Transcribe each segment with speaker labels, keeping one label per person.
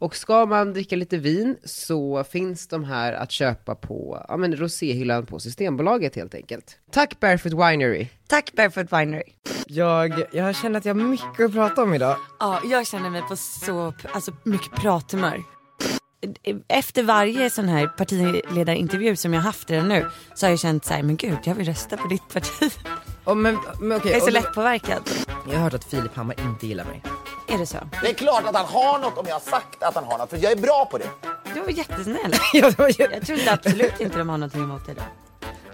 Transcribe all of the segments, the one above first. Speaker 1: Och ska man dricka lite vin så finns de här att köpa på ja, men roséhyllan på Systembolaget helt enkelt. Tack Barefoot Winery!
Speaker 2: Tack Barefoot Winery.
Speaker 1: Jag, jag känner att jag har mycket att prata om idag.
Speaker 3: Ja, jag känner mig på så alltså, mycket prathumör. Efter varje sån här partiledarintervju som jag haft redan nu så har jag känt så här, men gud jag vill rösta på ditt parti.
Speaker 1: Oh, men, men, okej,
Speaker 3: Jag är så
Speaker 1: och-
Speaker 3: lättpåverkad.
Speaker 1: jag har hört att Filip Hammar inte gillar mig.
Speaker 3: Är det så?
Speaker 4: Det är klart att han har något om jag har sagt att han har något, för jag är bra på det.
Speaker 3: Du var jättesnäll.
Speaker 1: Ja, det var ju-
Speaker 3: Jag trodde absolut inte de har någonting emot dig då.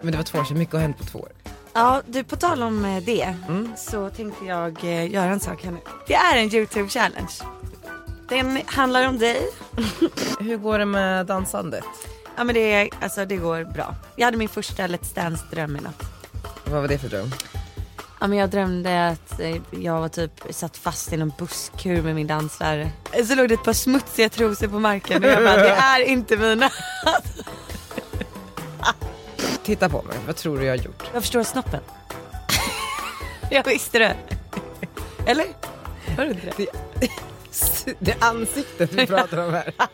Speaker 1: men det var två år sedan, mycket har hänt på två år.
Speaker 3: Ja, du på tal om eh, det så tänkte jag eh, göra en sak här nu. Det är en YouTube challenge. Den handlar om dig.
Speaker 5: Hur går det med dansandet?
Speaker 3: Ja men det, är- alltså, det går bra. Jag hade min första Let's Dance dröm i natt.
Speaker 1: Vad var det för dröm?
Speaker 3: Ja, men jag drömde att eh, jag var typ satt fast i någon busskur med min danslärare. Eh, Så låg det ett par smutsiga trosor på marken och jag bara, det är inte mina.
Speaker 1: Titta på mig, vad tror du jag har gjort?
Speaker 3: Jag förstår snoppen. Jag visste det. Eller? Var det inte det?
Speaker 1: Det är ansiktet vi pratar om här.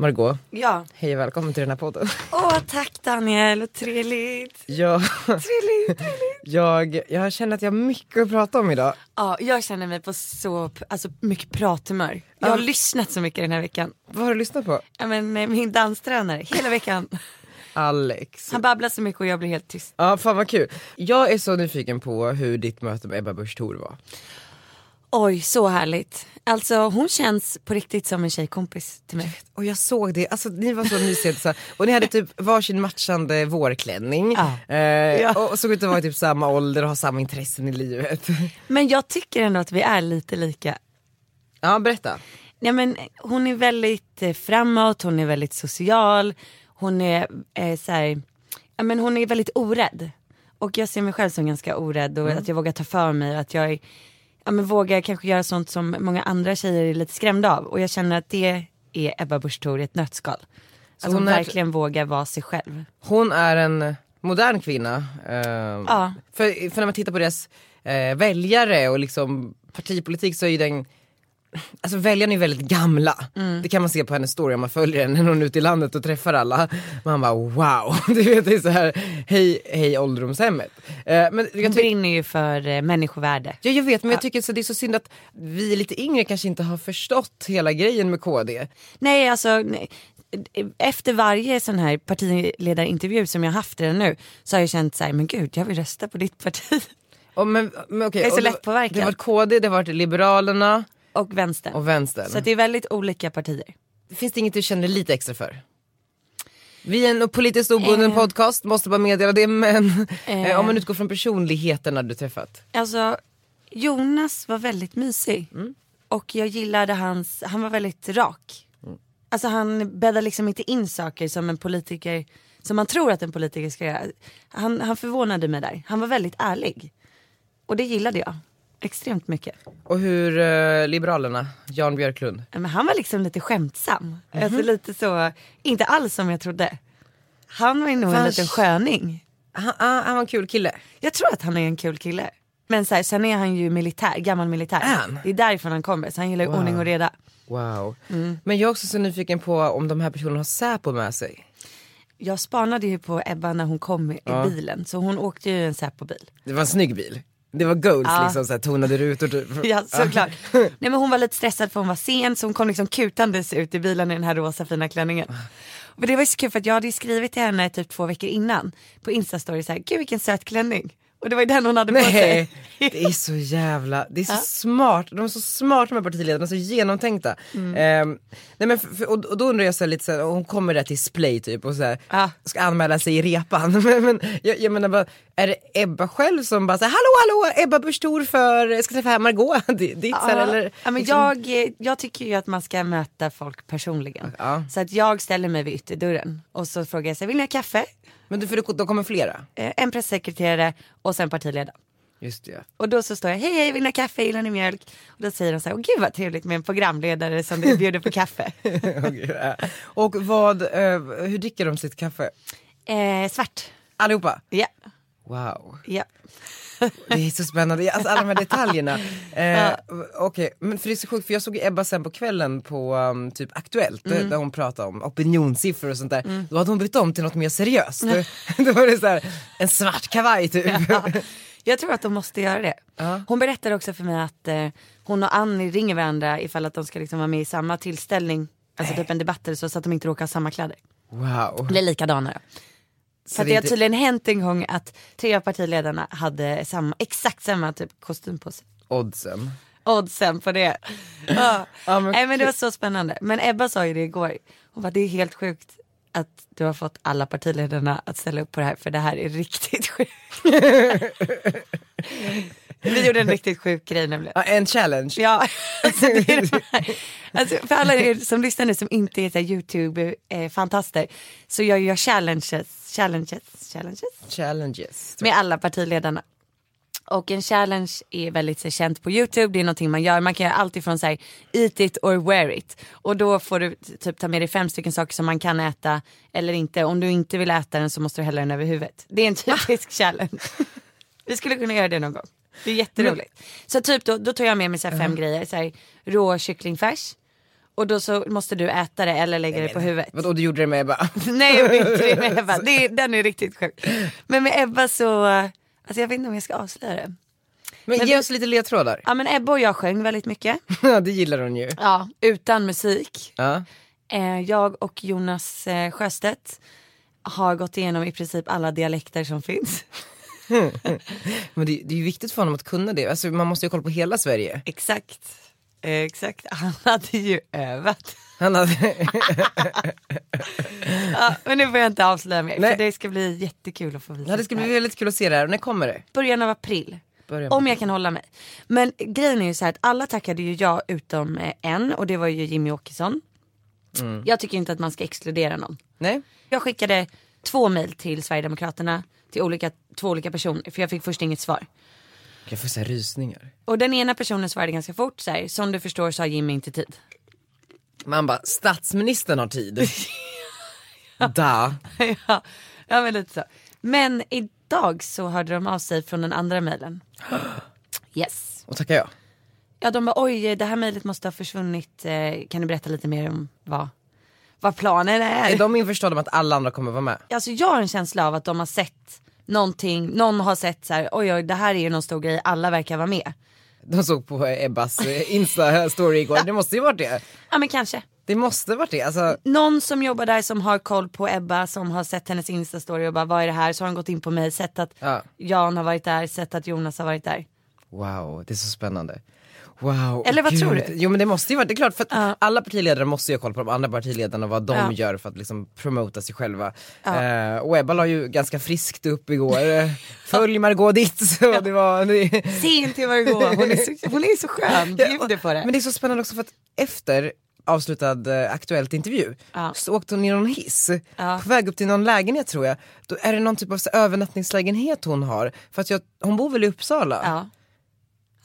Speaker 1: Margot,
Speaker 3: Ja.
Speaker 1: hej och välkommen till den här podden.
Speaker 3: Åh tack Daniel, vad trevligt.
Speaker 1: Jag,
Speaker 3: Trevligt.
Speaker 1: jag, jag känner att jag har mycket att prata om idag.
Speaker 3: Ja, jag känner mig på så alltså, mycket prathumör. Jag har lyssnat så mycket den här veckan.
Speaker 1: Vad har du lyssnat på?
Speaker 3: Ja, men, eh, min danstränare, hela veckan.
Speaker 1: Alex.
Speaker 3: Han babblar så mycket och jag blir helt tyst.
Speaker 1: Ja, fan vad kul. Jag är så nyfiken på hur ditt möte med Ebba Busch Thor var.
Speaker 3: Oj, så härligt. Alltså hon känns på riktigt som en tjejkompis till mig.
Speaker 1: Och jag såg det, alltså ni var så mysiga så här. och ni hade typ varsin matchande vårklänning
Speaker 3: Ja.
Speaker 1: eh, och- och såg ut att vara i typ samma ålder och ha samma intressen i livet.
Speaker 3: Men jag tycker ändå att vi är lite lika.
Speaker 1: Ja, berätta.
Speaker 3: Nej, men, eh, hon är väldigt eh, framåt, hon är väldigt social, hon är, eh, så här, ja, men hon är väldigt orädd. Och jag ser mig själv som ganska orädd och
Speaker 1: Mm.
Speaker 3: att jag vågar ta för mig och att jag är, ja, men, vågar kanske göra sånt som många andra tjejer är lite skrämda av. Och jag känner att det är Ebba Busch Thor i ett nötskal. Att hon
Speaker 1: hon är-
Speaker 3: verkligen vågar vara sig själv.
Speaker 1: Hon är en modern kvinna. ehm,
Speaker 3: Ja.
Speaker 1: för, för när man tittar på deras eh, väljare och liksom partipolitik så är ju den Alltså väljarna är ju väldigt gamla.
Speaker 3: Mm.
Speaker 1: Det kan man se på hennes story om man följer henne när hon är ute i landet och träffar alla. Man bara wow, du vet det är så här hej, hej ålderdomshemmet. Eh, men jag
Speaker 3: Hon
Speaker 1: tycker-
Speaker 3: brinner ju för eh, människovärde.
Speaker 1: Ja jag vet men jag tycker så det är så synd att vi lite yngre kanske inte har förstått hela grejen med KD.
Speaker 3: Nej alltså, nej. efter varje sån här partiledarintervju som jag haft redan nu så har jag känt så här, men gud jag vill rösta på ditt parti.
Speaker 1: Och men, men okej,
Speaker 3: Jag är så
Speaker 1: och det-
Speaker 3: lättpåverkad.
Speaker 1: Det har varit KD, det har varit Liberalerna
Speaker 3: Och vänstern.
Speaker 1: och Vänstern.
Speaker 3: så att det är väldigt olika partier.
Speaker 1: Finns det inget du känner lite extra för? Vi är en politiskt obunden
Speaker 3: Eh.
Speaker 1: podcast, måste bara meddela det men
Speaker 3: Eh.
Speaker 1: om man utgår från personligheterna du träffat.
Speaker 3: Alltså Jonas var väldigt mysig. Och jag gillade hans, han var väldigt rak. Alltså han bäddar liksom inte in saker som en politiker, som man tror att en politiker ska göra. Han, han förvånade mig där. Han var väldigt ärlig. Och det gillade jag. Extremt mycket.
Speaker 1: Och hur eh, Liberalerna, Jan Björklund.
Speaker 3: Men han var liksom lite skämtsam.
Speaker 1: Mhm.
Speaker 3: Alltså lite så, inte alls som jag trodde. Han var ju nog en
Speaker 1: Fast-
Speaker 3: liten sköning.
Speaker 1: Han, ah, han han var en kul kille.
Speaker 3: Jag tror att han är en kul kille. Men så här, sen är han ju militär, gammal militär.
Speaker 1: Är han?
Speaker 3: Det är därifrån han kommer, så han gillar ju
Speaker 1: Wow.
Speaker 3: ordning och reda.
Speaker 1: Wow. Men jag är också så nyfiken på om de här personerna har Säpo med sig.
Speaker 3: Jag spanade ju på Ebba när hon kom i i bilen, så hon åkte ju i en Säpo-bil.
Speaker 1: Det var en snygg bil. Det var goals
Speaker 3: Ja.
Speaker 1: liksom, såhär, tonade rutor typ.
Speaker 3: Ja såklart. Nej men hon var lite stressad för hon var sen så hon kom liksom kutandes ut i bilen i den här rosa fina klänningen. Men det var ju så kul för att jag hade ju skrivit till henne typ två veckor innan på instastory så här, gud vilken söt klänning. Och det var ju den hon hade på
Speaker 1: Nej.
Speaker 3: sig.
Speaker 1: Det är så jävla, det är så smart, de är så smarta de här partiledarna, så genomtänkta.
Speaker 3: Mm.
Speaker 1: Ehm, nej men för, för, och, och då undrar jag så här lite så här, hon kommer där till Splay typ och så här,
Speaker 3: Ja.
Speaker 1: ska anmäla sig i repan. men, men, jag, jag menar bara, är det Ebba själv som bara säger hallå hallå Ebba Busch Thor för, jag ska träffa Margot D- ditt så här, eller?
Speaker 3: ja, men
Speaker 1: liksom-
Speaker 3: jag, eh, jag tycker ju att man ska möta folk personligen.
Speaker 1: Ja.
Speaker 3: Så att jag ställer mig vid ytterdörren och så frågar jag sig, vill ni ha kaffe?
Speaker 1: men du, för det, då kommer flera.
Speaker 3: Eh, En pressekreterare och sen partiledaren.
Speaker 1: Just det.
Speaker 3: Och då så står jag, hej hej, vill ni ha kaffe, gillar ni mjölk? Och då säger de så här, åh gud vad trevligt med en programledare som du bjuder på kaffe.
Speaker 1: eh, Och vad, eh, hur dricker de sitt kaffe?
Speaker 3: eh, svart.
Speaker 1: Allihopa?
Speaker 3: Ja,
Speaker 1: Wow.
Speaker 3: ja.
Speaker 1: Det är så spännande, alltså alla de här detaljerna. Eh, Okej, men för det är så sjukt för jag såg ju Ebba sen på kvällen på um, typ Aktuellt
Speaker 3: Mm.
Speaker 1: där hon pratade om opinionssiffror och sånt där. Då hade hon bytt om till något mer seriöst. Då var det så här, en svart kavaj typ.
Speaker 3: Jag tror att de måste göra det. Hon berättade också för mig att eh, hon och Annie ringer varandra ifall att de ska liksom vara med i samma tillställning, alltså typ en debatt eller så, så att de inte råkar ha samma kläder.
Speaker 1: Wow.
Speaker 3: Eller likadana då. För att
Speaker 1: det
Speaker 3: det
Speaker 1: är
Speaker 3: har
Speaker 1: inte-
Speaker 3: tydligen hänt en gång att tre av partiledarna hade samma, exakt samma typ kostym på sig.
Speaker 1: Oddsen.
Speaker 3: Oddsen på det. Ja.
Speaker 1: Ja, men
Speaker 3: Nej men det var så spännande. Men Ebba sa ju det igår. Hon bara det är helt sjukt att du har fått alla partiledarna att ställa upp på det här för det här är riktigt sjukt. Vi gjorde en riktigt sjuk grej nämligen.
Speaker 1: Ja, en challenge.
Speaker 3: Ja, alltså, det är de här. Alltså, för alla er som lyssnar nu som inte är så här YouTube-fantaster så gör jag challenges, challenges, challenges
Speaker 1: Challenges.
Speaker 3: med alla partiledarna. Och en challenge är väldigt så, här, känt på YouTube, det är någonting man gör. Man kan göra allt ifrån så här, eat it or wear it. Och då får du t- typ ta med dig fem stycken saker som man kan äta eller inte. Om du inte vill äta den så måste du hälla den över huvudet. Det är en typisk challenge. Vi skulle kunna göra det någon gång. Det är jätteroligt. Så typ då, då tar jag med mig så här fem grejer. Så här, rå kycklingfärs. Och då så måste du äta det eller lägga det på huvudet.
Speaker 1: Vadå du gjorde det med Ebba?
Speaker 3: Nej jag vet inte det med Ebba, det, är- den är riktigt sjuk. Men med Ebba så, eh, alltså jag vet inte om jag ska avslöja det.
Speaker 1: Men,
Speaker 3: Men
Speaker 1: ge
Speaker 3: vi-
Speaker 1: oss lite ledtrådar.
Speaker 3: Ja men Ebba och jag sjöng väldigt mycket.
Speaker 1: Ja det gillar hon ju.
Speaker 3: Ja. Utan musik.
Speaker 1: Ja.
Speaker 3: Eh, jag och Jonas eh, Sjöstedt har gått igenom i princip alla dialekter som finns.
Speaker 1: Men det, det är ju viktigt för honom att kunna det, alltså, man måste ju kolla på hela Sverige.
Speaker 3: Exakt. Eh, exakt, han hade ju övat.
Speaker 1: Han hade...
Speaker 3: Ja, men nu får jag inte avslöja mer
Speaker 1: Nej.
Speaker 3: för det ska bli jättekul att få visa.
Speaker 1: Ja, det ska
Speaker 3: här.
Speaker 1: bli väldigt kul att se det här, och när kommer det?
Speaker 3: Början av april.
Speaker 1: Början på-
Speaker 3: Om jag kan hålla mig. Men grejen är ju så här att alla tackade ju ja utom eh, en och det var ju Jimmy Åkesson. Jag tycker inte att man ska exkludera någon.
Speaker 1: Nej?
Speaker 3: Jag skickade två mejl till Sverigedemokraterna till olika, två olika personer för jag fick först inget svar.
Speaker 1: Jag får så här rysningar.
Speaker 3: Och den ena personen svarade ganska fort så här, som du förstår så har Jimmy inte tid.
Speaker 1: Man bara, statsministern har tid. da.
Speaker 3: ja, ja men lite så. Men idag så hörde de av sig från den andra mejlen. Yes.
Speaker 1: Och tackar jag.
Speaker 3: Ja de bara oj det här mejlet måste ha försvunnit, Eh, kan du berätta lite mer om vad, vad planen är?
Speaker 1: Är de införstådda med att alla andra kommer vara med?
Speaker 3: Alltså jag har en känsla av att de har sett någonting, någon har sett så här, oj oj det här är ju någon stor grej, alla verkar vara med.
Speaker 1: De såg på Ebbas eh, Insta-story igår, det måste ju varit det.
Speaker 3: Ja men kanske.
Speaker 1: Det måste varit det, alltså.
Speaker 3: Någon som jobbar där som har koll på Ebba som har sett hennes instastory och bara vad är det här? Så har han gått in på mig, sett att
Speaker 1: Ja.
Speaker 3: Jan har varit där, sett att Jonas har varit där.
Speaker 1: Wow, det är så spännande. Wow.
Speaker 3: Eller vad
Speaker 1: gud.
Speaker 3: tror du?
Speaker 1: Jo men det måste ju vara, det är klart för att alla partiledare måste ju ha koll på de andra partiledarna och vad de
Speaker 3: Ja.
Speaker 1: gör för att liksom promota sig själva. Eh, och Ebba la ju ganska friskt upp igår, eh, följ Margot ditt. Så det var, det,
Speaker 3: Se inte vad det går, hon är så, hon är så skön, bjuder Um, på det.
Speaker 1: Men det är så spännande också för att efter avslutad eh, Aktuellt intervju
Speaker 3: Ja.
Speaker 1: så åkte hon i någon hiss
Speaker 3: Ja.
Speaker 1: på väg upp till någon lägenhet tror jag. Då är det någon typ av så, här övernattningslägenhet hon har för att jag, hon bor väl i Uppsala.
Speaker 3: Ja.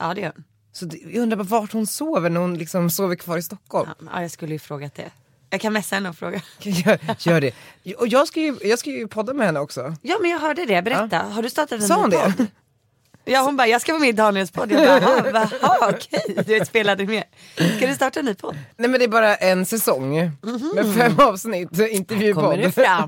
Speaker 3: ja det gör hon.
Speaker 1: Så det, jag undrar bara vart hon sover när hon liksom sover kvar i Stockholm.
Speaker 3: Ja, Ja jag skulle ju frågat det. Jag kan messa henne och fråga.
Speaker 1: Gör, gör det. Och jag ska, ju, jag ska ju podda med henne också.
Speaker 3: Ja men jag hörde det, berätta. Har du startat en
Speaker 1: Sa
Speaker 3: ny
Speaker 1: hon
Speaker 3: podd?
Speaker 1: det?
Speaker 3: Ja hon bara, jag ska vara med i Daniels podd. Jag bara, "Aha, aha, okej, du spelade med. Ska du starta en ny podd?
Speaker 1: Nej men det är bara en säsong med fem avsnitt
Speaker 3: Mhm. Kommer
Speaker 1: intervjupodd.
Speaker 3: det fram?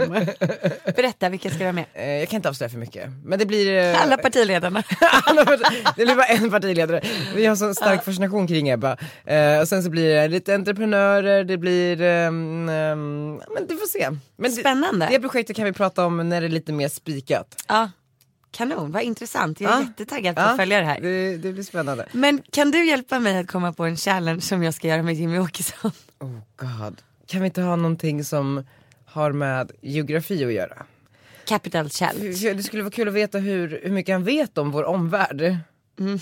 Speaker 3: Berätta, vilka ska vara med?
Speaker 1: Eh, Jag kan inte avslöja för mycket. Men det blir... eh,
Speaker 3: Alla partiledarna.
Speaker 1: Alla part- det blir bara en partiledare. Vi har sån stark fascination kring Ebba. Eh, och sen så blir det lite entreprenörer, det blir... ehm, ehm, men du får se. Men det-
Speaker 3: Spännande.
Speaker 1: Det, projektet kan vi prata om när det är lite mer spikat.
Speaker 3: Ja. Kanon, vad intressant. Jag är
Speaker 1: Ja.
Speaker 3: jättetaggad på att följa det här.
Speaker 1: Det, det blir spännande.
Speaker 3: Men kan du hjälpa mig att komma på en challenge som jag ska göra med Jimmy Åkesson?
Speaker 1: Oh god. Kan vi inte ha någonting som har med geografi att göra?
Speaker 3: Capital challenge.
Speaker 1: Det skulle vara kul att veta hur, hur mycket han vet om vår omvärld.
Speaker 3: Mm.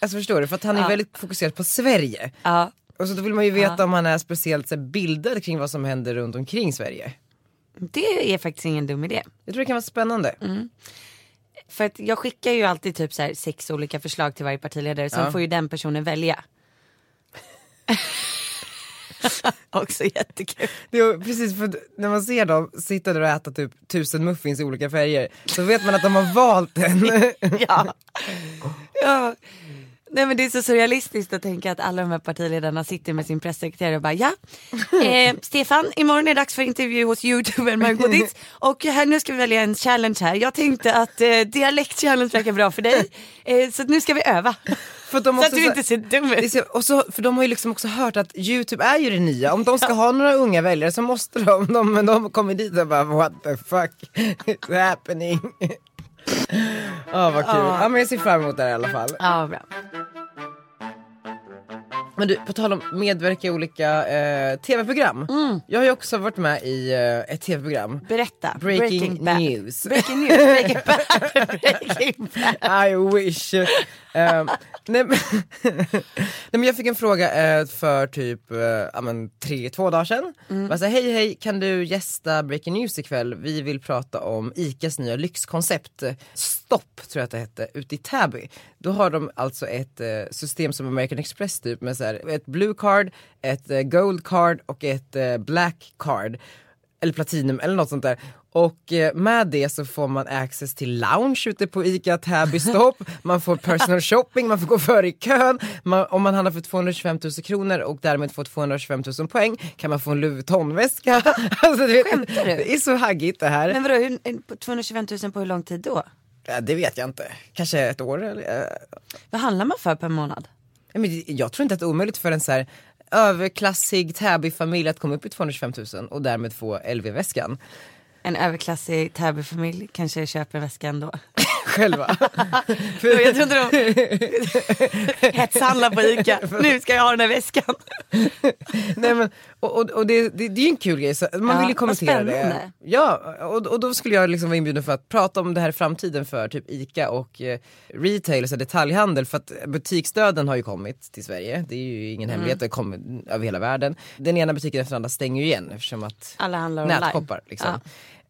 Speaker 1: Alltså förstår du? För att han är väldigt fokuserad på Sverige.
Speaker 3: Ja.
Speaker 1: Och så då vill man ju veta om han är speciellt så här, bildad kring vad som händer runt omkring Sverige.
Speaker 3: Det är faktiskt ingen dum idé.
Speaker 1: Jag tror det kan vara spännande.
Speaker 3: Mm. För att jag skickar ju alltid typ så här sex olika förslag till varje partiledare. Sen får ju den personen välja. Också jättekul.
Speaker 1: Det är, precis, för att när man ser dem sitta där och äta typ tusen muffins i olika färger så vet man att de har valt en.
Speaker 3: Ja. ja. Nej men det är så surrealistiskt att tänka att alla de här partiledarna sitter med sin pressekreterare och bara ja. Eh, Stefan, imorgon är det dags för intervju hos youtubern Margot Dietz och här, nu ska vi välja en challenge här. Jag tänkte att eh, dialekt-challenge verkar bra för dig. Eh, så att nu ska vi öva.
Speaker 1: För att de
Speaker 3: Så
Speaker 1: också
Speaker 3: att du
Speaker 1: så-
Speaker 3: inte ser dum
Speaker 1: Det
Speaker 3: ut.
Speaker 1: är så- Och så, för de har ju liksom också hört att youtube är ju det nya, om de ska ha några unga väljare så måste de, de, de kommer dit och bara what the fuck is happening. Ja vad kul, ja men jag ser fram emot det här i alla fall.
Speaker 3: Ja, bra.
Speaker 1: Men du, på tal om medverka i olika eh, tv-program. Jag har ju också varit med i eh, ett tv-program.
Speaker 3: Berätta.
Speaker 1: Breaking,
Speaker 3: bad.
Speaker 1: news.
Speaker 3: Breaking news. Breaking bad. Breaking bad.
Speaker 1: I wish. Eh, nej, men, nej men jag fick en fråga eh, för typ eh, ja, men tre, två dagar sedan. Bara så här, hej hej, kan du gästa Breaking News ikväll? Vi vill prata om ICAs nya lyxkoncept eh, Stopp tror jag att det hette, ute i Täby. Då har de alltså ett eh, system som American Express typ med så här, ett blue card, ett eh, gold card och ett eh, black card eller platinum eller något sånt där. Och eh, med det så får man access till lounge ute på ICA Täby Stopp, man får personal shopping, man får gå före i kön. Man, om man handlar för 225 000 kronor och därmed får 225 000 poäng kan man få en Louis Vuitton-väska. alltså, du vet,
Speaker 3: Skämtar du?
Speaker 1: Det är så haggigt det här.
Speaker 3: Men vadå, hur- en- på 225 000 på hur lång tid då?
Speaker 1: Ja, det vet jag inte, kanske ett år eller? eh,
Speaker 3: Vad handlar man för per månad?
Speaker 1: Ja, men det- jag tror inte att det är omöjligt för en så här överklassig Täby-familj att komma upp i 225 000 och därmed få LV-väskan
Speaker 3: En överklassig Täbyfamilj kanske köper en väska ändå.
Speaker 1: själva.
Speaker 3: Jag tror inte de hetshandlar på ICA. Nu ska jag ha den här väskan.
Speaker 1: Nej, men, och och, och det, det, det är ju en kul grej, så man
Speaker 3: Ja,
Speaker 1: vill ju
Speaker 3: vad
Speaker 1: kommentera det.
Speaker 3: spännande.
Speaker 1: Ja, och, och då skulle jag liksom vara inbjuden för att prata om det här i framtiden för typ ICA och eh, retail, så detaljhandel. För att butiksdöden har ju kommit till Sverige, det är ju ingen
Speaker 3: Mm.
Speaker 1: hemlighet, det kommer över hela världen. Den ena butiken efter den andra stänger ju igen eftersom att
Speaker 3: Alla handlar online.
Speaker 1: nätkoppar. Liksom.
Speaker 3: Ja.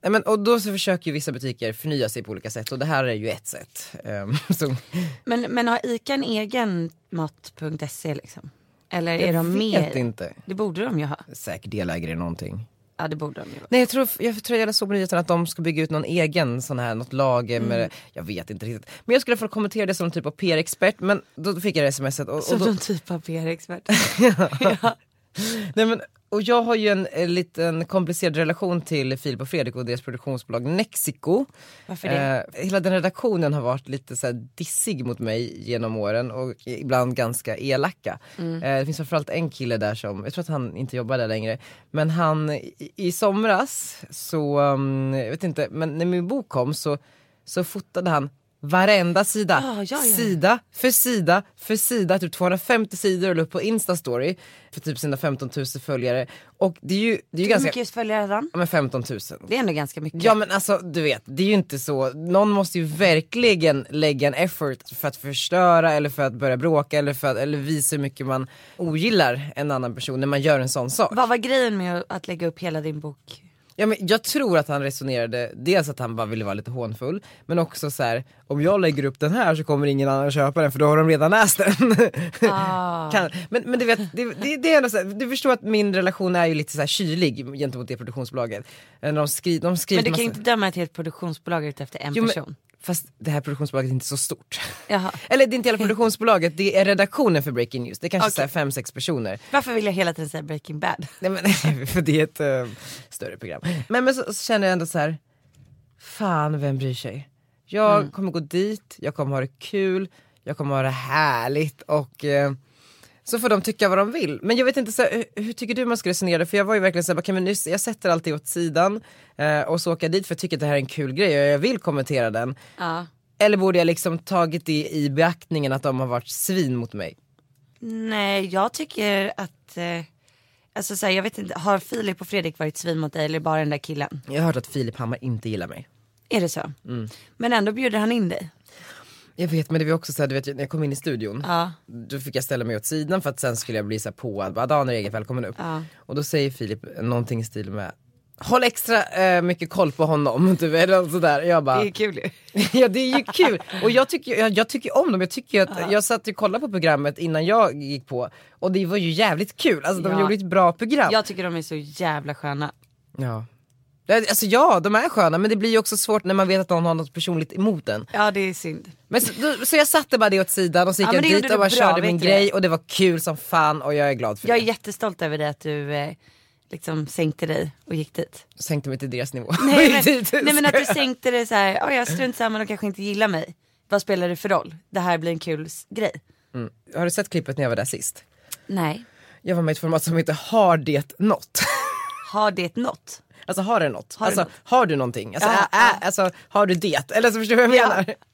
Speaker 1: Nej, men, och då så försöker ju vissa butiker förnya sig på olika sätt och det här är ju ett sätt. Ehm, så,
Speaker 3: Men, men har ICA en egen mat.se liksom? Eller är
Speaker 1: jag
Speaker 3: de med?
Speaker 1: vet
Speaker 3: i-
Speaker 1: inte.
Speaker 3: Det borde de ju ha.
Speaker 1: Säkert delägare i någonting.
Speaker 3: Ja det borde de ju. vara.
Speaker 1: Nej jag tror, jag tror jag såg på nyheterna att de ska bygga ut någon egen sån här, något lager med, jag vet inte riktigt. Men jag skulle få kommentera det som någon typ av PR-expert men då fick jag det smset och, och,
Speaker 3: Som
Speaker 1: då,
Speaker 3: någon typ av PR-expert.
Speaker 1: nej, men, och jag har ju en, eh, liten komplicerad relation till Filip och Fredrik och deras produktionsbolag Nexiko.
Speaker 3: Varför det?
Speaker 1: Eh, hela den redaktionen har varit lite så här dissig mot mig genom åren och ibland ganska elaka.
Speaker 3: Mm.
Speaker 1: Eh, det finns framförallt en kille där som, jag tror att han inte jobbar där längre, men han i, i somras så, um, jag vet inte, men när min bok kom så, så fotade han varenda sida,
Speaker 3: Ah, ja, ja.
Speaker 1: sida för sida för sida, typ 250 sidor och la upp på Insta-story för typ sina 15 000 följare. Och det är ju, det är ju
Speaker 3: Hur
Speaker 1: ganska,
Speaker 3: mycket följare hade han?
Speaker 1: ja men 15 000.
Speaker 3: Det är ändå ganska mycket.
Speaker 1: Ja men alltså du vet, det är ju inte så, någon måste ju verkligen lägga en effort för att förstöra eller för att börja bråka eller, för att, eller visa hur mycket man ogillar en annan person när man gör en sån sak.
Speaker 3: Vad var grejen med att- att lägga upp hela din bok?
Speaker 1: Ja, men jag tror att han resonerade, dels att han bara ville vara lite hånfull, men också så här: om jag lägger upp den här så kommer ingen annan köpa den för då har de redan läst den.
Speaker 3: Ah.
Speaker 1: kan, men, men du vet, det, det, det är ändå så här, du förstår att min relation är ju lite så här kylig gentemot det produktionsbolaget. Eh, De, skri, de skriver
Speaker 3: Men du kan ju
Speaker 1: massa-
Speaker 3: inte döma ett helt produktionsbolag ut efter en
Speaker 1: Jo, men-
Speaker 3: person.
Speaker 1: Fast det här produktionsbolaget är inte så stort.
Speaker 3: Jaha.
Speaker 1: Eller det är inte hela produktionsbolaget, det är redaktionen för Breaking News. Det är kanske
Speaker 3: Okej.
Speaker 1: så här fem, sex personer.
Speaker 3: Varför vill jag hela tiden säga Breaking Bad?
Speaker 1: Nej, men, för det är ett eh, större program. Men, men så, så känner jag ändå så här. fan vem bryr sig? Jag kommer gå dit, jag kommer ha det kul, jag kommer ha det härligt och eh, Så får de tycka vad de vill. Men jag vet inte, så här, hur- hur tycker du man ska resonera? För jag var ju verkligen såhär, kan vi nu, jag sätter allt det åt sidan eh, och så åker jag dit för jag tycker att det här är en kul grej och jag vill kommentera den.
Speaker 3: Ja.
Speaker 1: Eller borde jag liksom tagit det i beaktningen att de har varit svin mot mig?
Speaker 3: Nej, jag tycker att, eh, alltså så här, jag vet inte, har Filip och Fredrik varit svin mot dig eller bara den där killen?
Speaker 1: Jag har hört att Filip Hammar inte gillar mig.
Speaker 3: Är det så? Men ändå bjuder han in dig.
Speaker 1: Jag vet men det var också såhär, du vet när jag kom in i studion,
Speaker 3: Ja.
Speaker 1: då fick jag ställa mig åt sidan för att sen skulle jag bli såhär påad, bara Dan är eget välkommen upp.
Speaker 3: Ja.
Speaker 1: Och då säger Filip någonting i stil med Håll extra eh, mycket koll på honom, typ, eller något sådär. Jag bara,
Speaker 3: kul ju.
Speaker 1: ja det är ju kul. Och jag tycker, jag, jag tycker om dem, jag tycker ju att, jag satt ju och kollade på programmet innan jag gick på och det var ju jävligt kul, alltså de
Speaker 3: Ja.
Speaker 1: gjorde ett bra program.
Speaker 3: Jag tycker de är så jävla sköna.
Speaker 1: Ja. Ja, Alltså ja, de är sköna men det blir ju också svårt när man vet att någon har något personligt emot en.
Speaker 3: Ja det är synd.
Speaker 1: Men så, då, så jag satte bara det åt sidan och så gick
Speaker 3: Ja, men
Speaker 1: jag
Speaker 3: det
Speaker 1: dit
Speaker 3: gjorde
Speaker 1: och
Speaker 3: du
Speaker 1: bara
Speaker 3: bra,
Speaker 1: körde
Speaker 3: vet
Speaker 1: min
Speaker 3: du
Speaker 1: grej
Speaker 3: det?
Speaker 1: och det var kul som fan och jag är glad för
Speaker 3: Jag är
Speaker 1: det.
Speaker 3: jättestolt över det att du eh, liksom sänkte dig och gick dit.
Speaker 1: Sänkte mig till deras nivå.
Speaker 3: Nej
Speaker 1: Jag gick dit.
Speaker 3: men, nej, men att du sänkte dig så här, "Oj, jag strunt samma, de kanske inte gillar mig. Vad spelar det för roll? Det här blir en kul s- grej.
Speaker 1: Har du sett klippet när jag var där sist?
Speaker 3: Nej.
Speaker 1: Jag var med i ett format som heter Har det något?
Speaker 3: Har det nått?
Speaker 1: Alltså har det något?
Speaker 3: Har det
Speaker 1: alltså
Speaker 3: något?
Speaker 1: har du någonting? Alltså,
Speaker 3: Ja,
Speaker 1: ä, ä, alltså har du det? Eller så förstår du vad jag menar?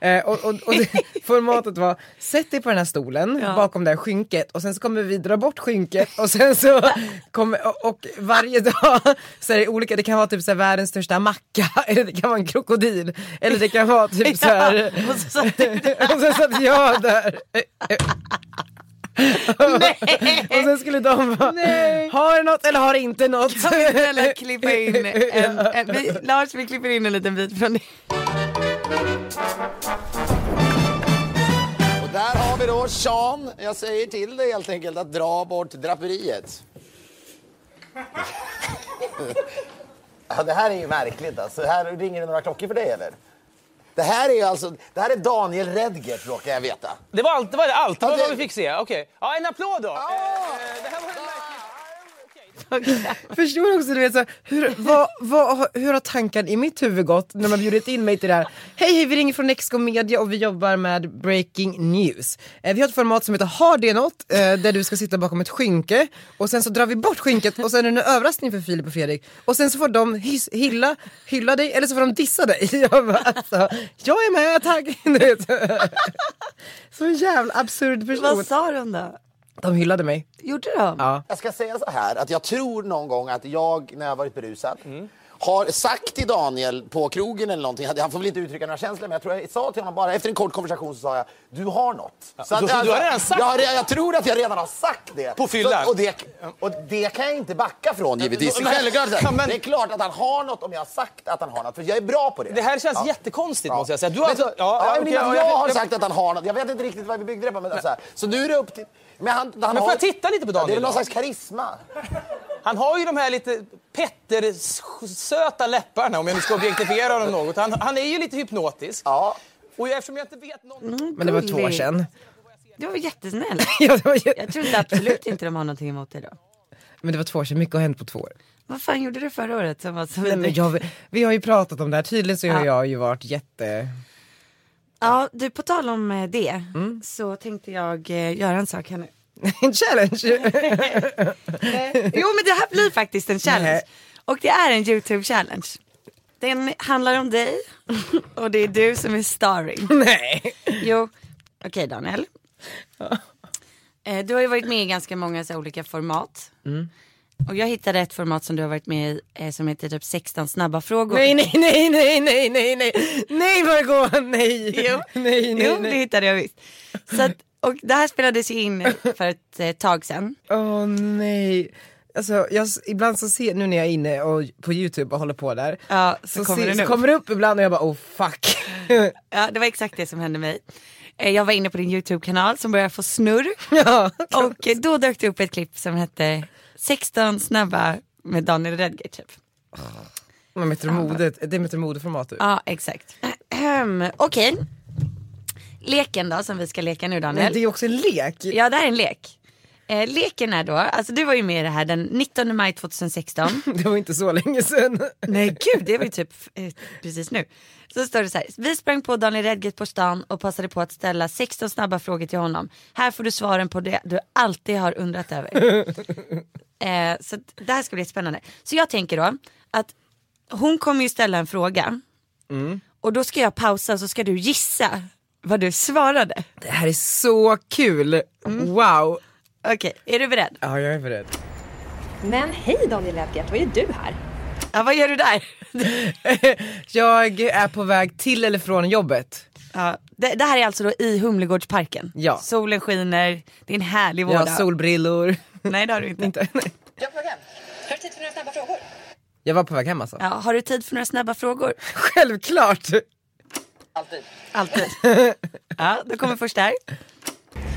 Speaker 1: Eh, och och, och det, formatet var, sätt dig på den här stolen bakom det här skynket och sen så kommer vi dra bort skynket och sen så kommer, och, och varje dag så är det olika, det kan vara typ så här, världens största macka eller det kan vara en krokodil eller det kan vara typ så här.
Speaker 3: Och så satt du
Speaker 1: och sen satt jag där. Och sen skulle de bara, har du något eller har du inte något?
Speaker 3: Kan vi snälla klippa in en, en vi, Lars vi klipper in en liten bit från det.
Speaker 4: Och där har vi då Sean. Jag säger till dig helt enkelt att dra bort draperiet. ja, det här är ju märkligt alltså. Här ringer det några klockor för dig eller? Det här är ju alltså, det här är Daniel Redgert råkar jag veta.
Speaker 6: Det var allt, det var det allt. Det var
Speaker 4: Ja, det-
Speaker 6: vad vi fick se. Okej. Ja, en applåd då. Eh, det här var en märklig-
Speaker 1: Förstår också, du vet, så, här, hur, vad, vad, hur har tanken i mitt huvud gått när man bjudit in mig till det här? Hej, hej, vi ringer från Nexco Media och vi jobbar med breaking news. Eh, vi har ett format som heter Har det något? Eh, där du ska sitta bakom ett skynke och sen så drar vi bort skynket och sen är det en överraskning för Filip och Fredrik. Och sen så får de his, hylla, hylla dig eller så får de dissa dig. Jag, bara, alltså, jag är med, tack! Du vet. Så en jävla absurd person.
Speaker 2: Vad sa de då?
Speaker 1: De hyllade mig.
Speaker 2: Gjorde de?
Speaker 1: Ja.
Speaker 4: Jag ska säga så här att jag tror någon gång att jag när jag varit berusad har sagt till Daniel på krogen eller någonting, han får väl inte uttrycka några känslor men jag tror jag sa till honom bara efter en kort konversation så sa jag du har något. Så
Speaker 6: du- du har redan sagt
Speaker 4: jag, har re- jag tror att jag redan har sagt det.
Speaker 6: På fyllan.
Speaker 4: Så- Och det, och det kan jag inte backa från givetvis.
Speaker 6: Men-
Speaker 4: Självklart, så här,
Speaker 6: Ja, men-
Speaker 4: Det är klart att han har något om jag har sagt att han har något för jag är bra på det.
Speaker 6: Det här känns jättekonstigt måste jag säga. Du har
Speaker 4: Men
Speaker 6: alltså-
Speaker 4: så-
Speaker 6: ja,
Speaker 4: ja,
Speaker 6: ja,
Speaker 4: men
Speaker 6: okej,
Speaker 4: innan
Speaker 6: ja,
Speaker 4: jag,
Speaker 6: jag-
Speaker 4: har
Speaker 6: jag-
Speaker 4: sagt att han har något, jag vet inte riktigt vad vi byggde det på men så, här, så nu är det upp till... Men, han, han
Speaker 6: Men får
Speaker 4: har-
Speaker 6: jag titta lite på Daniel
Speaker 4: Det är väl någon
Speaker 6: då?
Speaker 4: slags karisma.
Speaker 6: Han har ju de här lite Petter-söta läpparna om jag nu ska objektifiera honom något. Han, han är ju lite hypnotisk.
Speaker 4: Ja.
Speaker 6: Och jag, eftersom jag inte vet någonting...
Speaker 1: Men det var två år sedan.
Speaker 3: Du var jättesnäll.
Speaker 1: Ja, det var ju-
Speaker 3: Jag tror inte absolut inte de har någonting emot dig då.
Speaker 1: Men det var två år sedan, mycket har hänt på två år.
Speaker 3: Vad fan gjorde du förra året som var så
Speaker 1: Nej, men
Speaker 3: vidrigt?
Speaker 1: jag, vi har ju pratat om det här, tydligen så har jag ju varit jätte...
Speaker 3: Ja du på tal om eh, det
Speaker 1: Mm.
Speaker 3: så tänkte jag eh, göra en sak här nu.
Speaker 1: En challenge!
Speaker 3: Eh, Jo men det här blir faktiskt en challenge.
Speaker 1: Nej.
Speaker 3: Och det är en YouTube challenge. Den handlar om dig och det är du som är starring.
Speaker 1: Nej!
Speaker 3: Jo, okej Daniel. Eh, Du har ju varit med i ganska många så här, olika format.
Speaker 1: Mm.
Speaker 3: Och jag hittade ett format som du har varit med i eh, som heter typ 16 snabba frågor.
Speaker 1: Nej, nej, nej, nej, nej, nej, nej, nej Margot, nej!
Speaker 3: Jo.
Speaker 1: Nej, nej,
Speaker 3: jo, det
Speaker 1: nej.
Speaker 3: hittade jag visst. Så att, och det här spelades ju in för ett eh, tag sedan.
Speaker 1: Åh nej. Alltså jag, ibland så ser, nu när jag är inne och, på youtube och håller på där,
Speaker 3: Ja, så kommer det
Speaker 1: så
Speaker 3: upp.
Speaker 1: kommer det upp ibland och jag bara oh fuck.
Speaker 3: Ja, det var exakt det som hände mig. Eh, Jag var inne på din YouTube-kanal som började få snurr.
Speaker 1: ja.
Speaker 3: Och eh, då dök det upp ett klipp som hette 16 snabba med Daniel Redgert typ.
Speaker 1: Men Metro Mode, det är Metro Mode-format typ.
Speaker 3: Ja, exakt. Ahem, Okej. Leken då som vi ska leka nu
Speaker 1: Nej,
Speaker 3: Daniel.
Speaker 1: det är också en lek.
Speaker 3: Ja, det här är en lek. Eh, leken är då, alltså du var ju med i det här den 19 maj 2016.
Speaker 1: Det var inte så länge sedan.
Speaker 3: Nej gud, det var ju typ eh, precis nu. Så står det så här, vi sprang på Daniel Redgert på stan och passade på att ställa 16 snabba frågor till honom. Här får du svaren på det du alltid har undrat över. eh, så att det här ska bli spännande. Så jag tänker då att hon kommer ju ställa en fråga och då ska jag pausa så ska du gissa vad du svarade.
Speaker 1: Det här är så kul. Wow.
Speaker 3: Okej, är du beredd?
Speaker 1: Mm. Ja, jag är beredd.
Speaker 7: Men hej Daniel Edgert, vad gör du här?
Speaker 3: Ja, vad gör du där?
Speaker 1: Jag är på väg till eller från jobbet.
Speaker 3: Ja, det, det här är alltså då i Humlegårdsparken.
Speaker 1: Ja.
Speaker 3: Solen skiner, det är en härlig
Speaker 1: Jag
Speaker 3: vårdag.
Speaker 1: har solbrillor.
Speaker 3: Nej det har du inte.
Speaker 1: Inte, nej.
Speaker 7: Har du tid för några snabba frågor?
Speaker 1: Jag var på väg hem alltså.
Speaker 3: Ja, har du tid för några snabba frågor?
Speaker 1: Självklart!
Speaker 3: Alltid. ja, då kommer först här.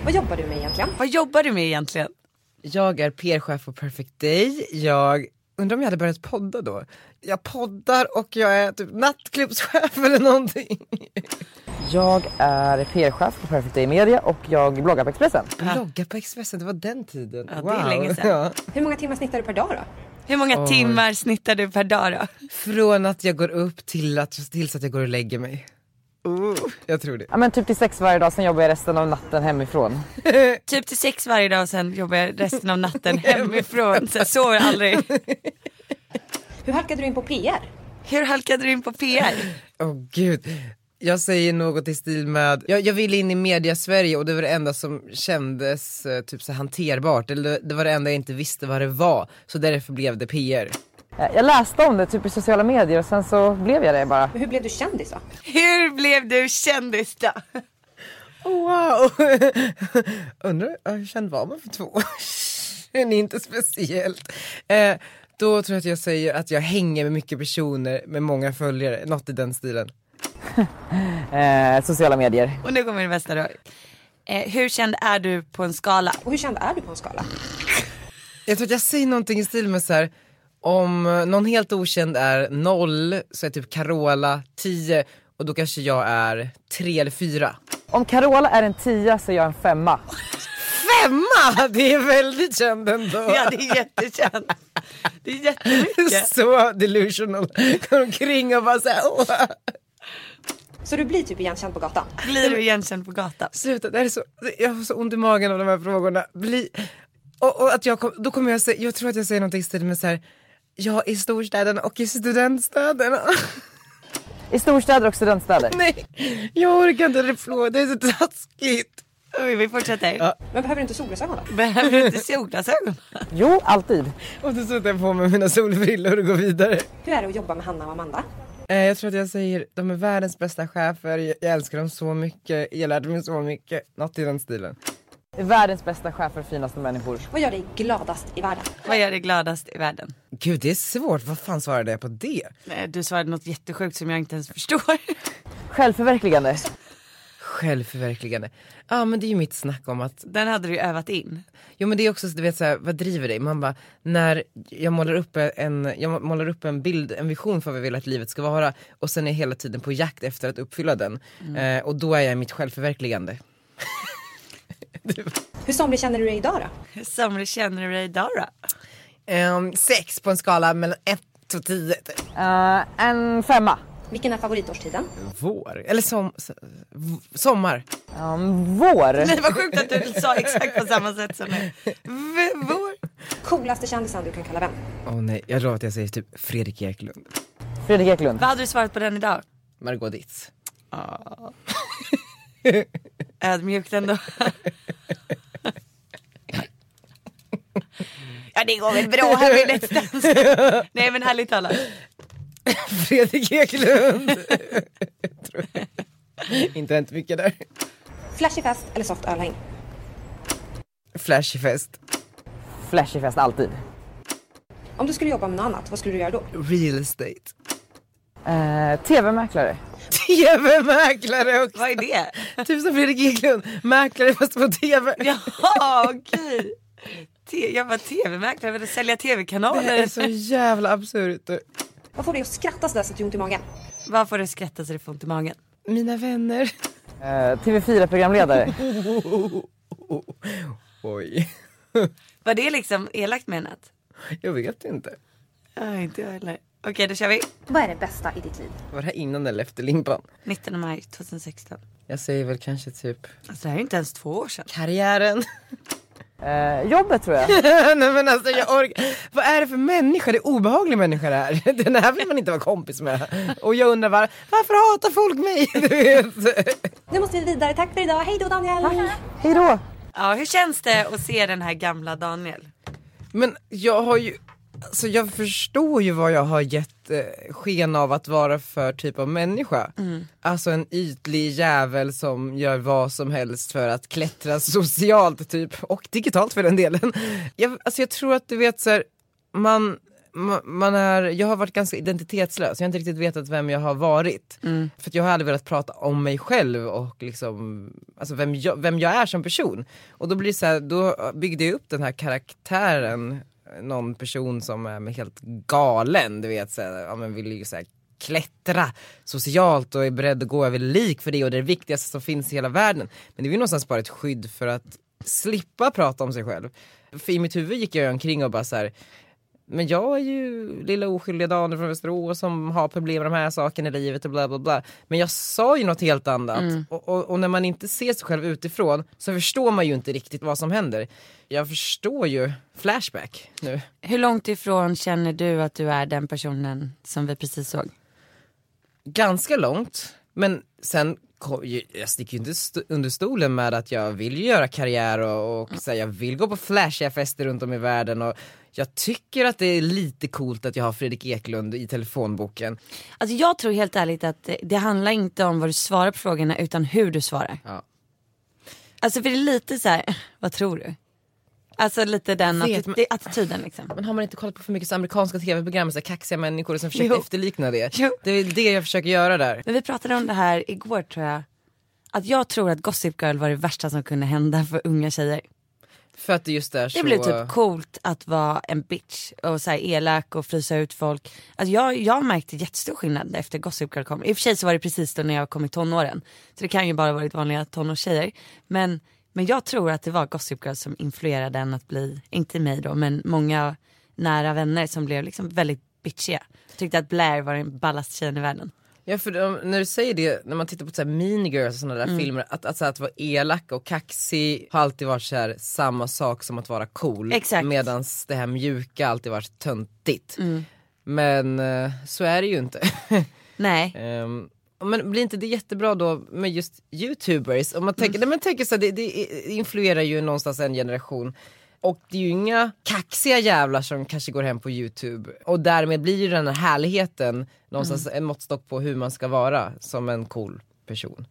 Speaker 7: Vad jobbar du med egentligen?
Speaker 3: Vad jobbar du med egentligen?
Speaker 1: Jag är PR-chef på Perfect Day. Jag undrar om jag hade börjat podda då. Jag poddar och jag är typ nattklubbschef eller någonting. Jag är PR-chef på Perfect Day Media och jag bloggar på Expressen. Bloggar på Expressen, det var den tiden.
Speaker 3: Ja, det är länge sedan.
Speaker 1: Ja.
Speaker 7: Hur många timmar snittar du per dag då?
Speaker 3: Hur många timmar snittar du per dag då?
Speaker 1: Från att jag går upp till att, tills att jag går och lägger mig. Jag tror det.
Speaker 5: Ja, men typ till sex varje dag, sen jobbar jag resten av natten hemifrån.
Speaker 3: Typ till sex varje dag och sen jobbar jag resten av natten hemifrån. Så jag sover aldrig.
Speaker 7: Hur halkade du in på PR?
Speaker 3: Hur halkade du in på PR?
Speaker 1: Åh gud. Jag säger något i stil med, jag, jag ville in i media-Sverige och det var det enda som kändes eh, typ så här hanterbart, eller det, det var det enda jag inte visste vad det var, så därför blev det PR.
Speaker 5: Eh, Jag läste om det typ i sociala medier och sen så blev jag det bara.
Speaker 7: Hur blev du kändis då?
Speaker 3: Hur blev du kändis då?
Speaker 1: Wow! Undrar ja, hur känd var man för två år sedan? Inte speciellt. Eh, då tror jag att jag säger att jag hänger med mycket personer med många följare, något i den stilen.
Speaker 5: Eh, sociala medier.
Speaker 3: Och nu kommer det bästa då. Eh, hur känd är du på en skala?
Speaker 7: Och hur känd är du på en skala?
Speaker 1: Jag tror att jag säger någonting i stil med så här. om någon helt okänd är noll så är typ Carola 10 och då kanske jag är tre eller fyra.
Speaker 5: Om Carola är en tia så är jag en femma.
Speaker 1: Femma! Det är väldigt känd ändå.
Speaker 3: Ja det är jättekänt. Det är jättemycket.
Speaker 1: Så delusional. Går omkring och bara såhär, åh.
Speaker 7: Så du blir typ igenkänd på gatan?
Speaker 3: Blir du igenkänd på gatan?
Speaker 1: Sluta, det här är så, jag har så ont i magen av de här frågorna. Bli, och, och att jag kom, då kommer jag säga, jag tror att jag säger någonting i stil med såhär, ja i storstäderna och i studentstäderna.
Speaker 5: I storstäder och studentstäder.
Speaker 1: Nej, jag orkar inte det, förlåt, det är så taskigt.
Speaker 3: Oj, vi fortsätter.
Speaker 7: Men behöver du inte solglasögon då?
Speaker 3: Behöver du inte solglasögon?
Speaker 5: Jo, alltid.
Speaker 1: Och då sätter jag på mig mina solbrillor och går vidare.
Speaker 7: Hur är det att jobba med Hanna och Amanda?
Speaker 1: Eh, jag tror att jag säger, de är världens bästa chefer, jag, jag älskar dem så mycket, jag lärde mig så mycket. Något i den stilen.
Speaker 5: Världens bästa chefer, finaste människor.
Speaker 7: Vad gör dig gladast i världen?
Speaker 3: Vad gör dig gladast i världen?
Speaker 1: Gud det är svårt, vad fan svarade jag på det?
Speaker 3: Nej, Eh, Du svarade något jättesjukt som jag inte ens förstår.
Speaker 5: Självförverkligande.
Speaker 1: Självförverkligande. Ja men det är ju mitt snack om att
Speaker 3: Den hade du ju övat in.
Speaker 1: Jo men det är också, du vet såhär, vad driver dig? Man bara, när jag målar upp en, jag målar upp en bild, en vision för vad jag vill att livet ska vara och sen är jag hela tiden på jakt efter att uppfylla den. Eh, och då är jag i mitt självförverkligande.
Speaker 7: Hur somrig känner du dig idag då?
Speaker 3: Hur somrig känner du dig idag då?
Speaker 1: Ehm, sex på en skala mellan ett och tio. typ.
Speaker 5: Eh, en femma.
Speaker 7: Vilken är favoritårstiden?
Speaker 1: Vår, eller som, s- v- sommar.
Speaker 5: Um, vår.
Speaker 3: Nej vad sjukt att du sa exakt på samma sätt som mig. V- Vår.
Speaker 7: Coolaste kändisen du kan kalla vän?
Speaker 1: Åh nej, jag lovar att jag säger typ Fredrik Eklund.
Speaker 5: Fredrik Eklund.
Speaker 3: Vad hade du svarat på den idag?
Speaker 1: Margot Dietz.
Speaker 3: Ödmjukt ändå. Ja det går väl bra här i Let's Dance. Nej men härligt talat.
Speaker 1: Fredrik Eklund! Tror jag. Inte hänt mycket där.
Speaker 7: Flashig fest eller soft ölhäng?
Speaker 1: Flashig fest.
Speaker 5: Flashig fest, alltid.
Speaker 7: Om du skulle jobba med något annat, vad skulle du göra då?
Speaker 1: Real estate.
Speaker 5: Eh, TV-mäklare.
Speaker 1: TV-mäklare också!
Speaker 3: Vad är det?
Speaker 1: Typ som Fredrik Eklund, mäklare fast på TV.
Speaker 3: Jaha okej. Te- Jag var tv-mäklare, jag ville sälja
Speaker 1: Det är
Speaker 3: tv-kanaler.
Speaker 1: så jävla absurt.
Speaker 7: Vad får dig att skratta sådär så att du har ont i magen?
Speaker 3: Vad får du skratta så det får ont i magen?
Speaker 1: Mina vänner.
Speaker 5: Eh, TV4-programledare.
Speaker 1: Oj.
Speaker 2: Var det liksom elakt menat?
Speaker 1: Jag vet inte.
Speaker 2: Ja, inte jag heller. Okej, då kör vi.
Speaker 7: Vad är det bästa i ditt liv?
Speaker 1: Var det här innan eller efter limpan?
Speaker 2: 19 maj 2016.
Speaker 1: Jag säger väl kanske typ
Speaker 2: Alltså det här är inte ens två år sedan.
Speaker 1: karriären.
Speaker 5: Eh, jobbet tror jag.
Speaker 1: Nej men alltså jag orkar. Vad är det för människa? Det är obehaglig människa det här. Den här vill man inte vara kompis med. Och jag undrar var, varför hatar folk mig? Du vet.
Speaker 7: Nu måste vi vidare. Tack för idag. Hej då Daniel!
Speaker 5: Hej då.
Speaker 2: Ja, hur känns det att se den här gamla Daniel?
Speaker 1: Men jag har ju, alltså jag förstår ju vad jag har gett eh, sken av att vara för typ av människa. Alltså en ytlig jävel som gör vad som helst för att klättra socialt typ, och digitalt för den delen. Jag, alltså jag tror att du vet så här, man ma- man är, jag har varit ganska identitetslös, jag har inte riktigt vetat vem jag har varit. För att jag har aldrig velat prata om mig själv och liksom, alltså vem, jag, vem jag är som person. Och då blir det så här, då byggde jag upp den här karaktären, eh, någon person som är helt galen, du vet, så här, ja, men vill ju så här klättra socialt och är beredd att gå över lik för det och det är det viktigaste som finns i hela världen. Men det är ju någonstans bara ett skydd för att slippa prata om sig själv. För i mitt huvud gick jag ju omkring och bara så här, men jag är ju lilla oskyldiga Daniel från Västerås som har problem med de här sakerna i livet och bla bla bla. Men jag sa ju något helt annat. Och, och, och när man inte ser sig själv utifrån så förstår man ju inte riktigt vad som händer. Jag förstår ju Flashback nu.
Speaker 3: Hur långt ifrån känner du att du är den personen som vi precis såg?
Speaker 1: ganska långt. Men sen, kom ju- jag sticker ju inte st- under stolen med att jag vill ju göra karriär och, och så här, jag vill gå på flashiga fester runt om i världen och jag tycker att det är lite coolt att jag har Fredrik Eklund i telefonboken.
Speaker 3: Alltså jag tror helt ärligt att eh, det handlar inte om vad du svarar på frågorna utan hur du svarar.
Speaker 1: Ja.
Speaker 3: Alltså för det är lite så här, vad tror du? Alltså lite den
Speaker 1: Vet,
Speaker 3: atti-
Speaker 1: men-
Speaker 3: det- attityden liksom.
Speaker 1: Men har man inte kollat på för mycket så amerikanska tv-program med så här kaxiga människor som försöker
Speaker 3: Jo.
Speaker 1: efterlikna det?
Speaker 3: Jo.
Speaker 1: Det är väl det jag försöker göra där.
Speaker 3: Men vi pratade om det här igår tror jag. Att jag tror att Gossip Girl var det värsta som kunde hända för unga tjejer.
Speaker 1: För att det just där så...
Speaker 3: Det blev typ coolt att vara en bitch och så här elak och frysa ut folk. Alltså jag, jag märkte jättestor skillnad efter Gossip Girl kom. I och för sig så var det precis då när jag kom i tonåren. Så det kan ju bara ha varit vanliga tonårstjejer. Men, men jag tror att det var Gossip Girl som influerade en att bli, inte mig då, men många nära vänner som blev liksom väldigt bitchiga. Tyckte att Blair var den ballaste tjejen i världen.
Speaker 1: Ja för de, när du säger det, när man tittar på så här Mean Girls och sådana
Speaker 3: Mm.
Speaker 1: där filmer, att, att, så här, att vara elak och kaxig har alltid varit så här, samma sak som att vara cool.
Speaker 3: Exakt. Mm.
Speaker 1: Medan det här mjuka alltid varit töntigt. Men eh, så är det ju inte.
Speaker 3: Nej.
Speaker 1: Ehm, men blir inte det jättebra då med just youtubers? Om man tänker, nej,
Speaker 3: Mm.
Speaker 1: men tänker så här, det, det influerar ju någonstans en generation. Och det är ju inga kaxiga jävlar som kanske går hem på youtube. Och därmed blir ju den här härligheten någonstans
Speaker 3: Mm.
Speaker 1: en måttstock på hur man ska vara som en cool person.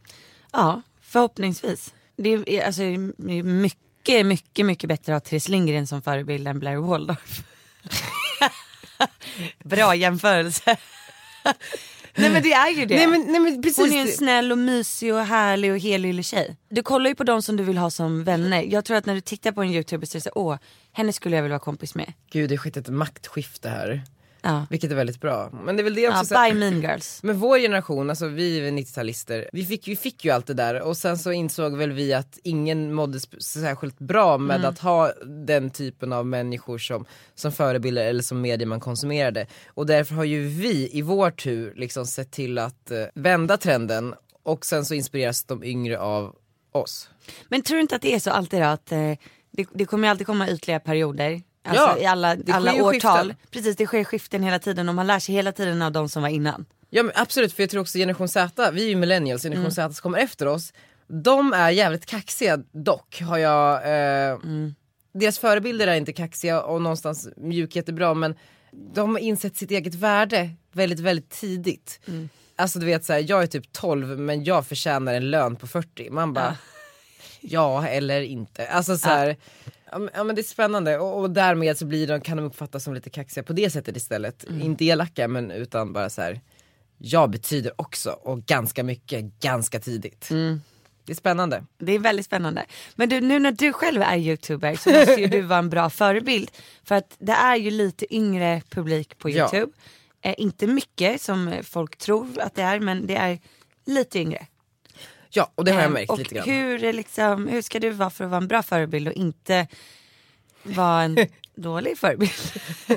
Speaker 3: Ja, förhoppningsvis. Det är alltså, det är mycket, mycket, mycket bättre att ha Therese Lindgren som förebild än Blair Waldorf. Bra jämförelse. Nej men det är ju det.
Speaker 1: Nej men, nej, men precis.
Speaker 3: Hon är en snäll och mysig och härlig och helylle tjej. Du kollar ju på dem som du vill ha som vänner. Jag tror att när du tittar på en youtuber så är det så här, åh, henne skulle jag vilja vara kompis med.
Speaker 1: Gud det har skett ett maktskifte här.
Speaker 3: Ja,
Speaker 1: Vilket är väldigt bra. Men det är väl det också.
Speaker 3: ja
Speaker 1: så här-
Speaker 3: bye mean girls.
Speaker 1: Men vår generation, alltså vi är 90-talister, vi fick, vi fick ju allt det där och sen så insåg väl vi att ingen mådde sp- särskilt bra med att ha den typen av människor som, som förebilder eller som medier man konsumerade. Och därför har ju vi i vår tur liksom sett till att eh, vända trenden och sen så inspireras de yngre av oss.
Speaker 3: Men tror du inte att det är så alltid då att eh, det, det kommer ju alltid komma ytliga perioder. Alltså
Speaker 1: Ja,
Speaker 3: i alla,
Speaker 1: det sker
Speaker 3: alla
Speaker 1: ju
Speaker 3: årtal.
Speaker 1: skiften.
Speaker 3: Precis det sker skiften hela tiden och man lär sig hela tiden av de som var innan.
Speaker 1: Ja men absolut, för jag tror också generation Z, vi är ju millennials, generation Z som kommer efter oss, de är jävligt kaxiga dock har jag, eh, deras förebilder är inte kaxiga och någonstans mjukhet är bra men de har insett sitt eget värde väldigt väldigt tidigt. Alltså du vet såhär, jag är typ 12 men jag förtjänar en lön på 40, man bara ja eller inte. Alltså så här, ja. men- ja men det är spännande och, och därmed så blir de, kan de uppfattas som lite kaxiga på det sättet istället. Inte elaka men utan bara så här. jag betyder också och ganska mycket ganska tidigt. Det är spännande.
Speaker 3: Det är väldigt spännande. Men du, nu när du själv är youtuber så måste ju du vara en bra förebild. För att det är ju lite yngre publik på
Speaker 1: Ja.
Speaker 3: youtube. Eh, inte mycket som folk tror att det är men det är lite yngre.
Speaker 1: Ja och det har jag
Speaker 3: Eh,
Speaker 1: märkt
Speaker 3: och
Speaker 1: lite grann.
Speaker 3: Hur, är liksom, hur ska du vara för att vara en bra förebild och inte var en dålig förebild.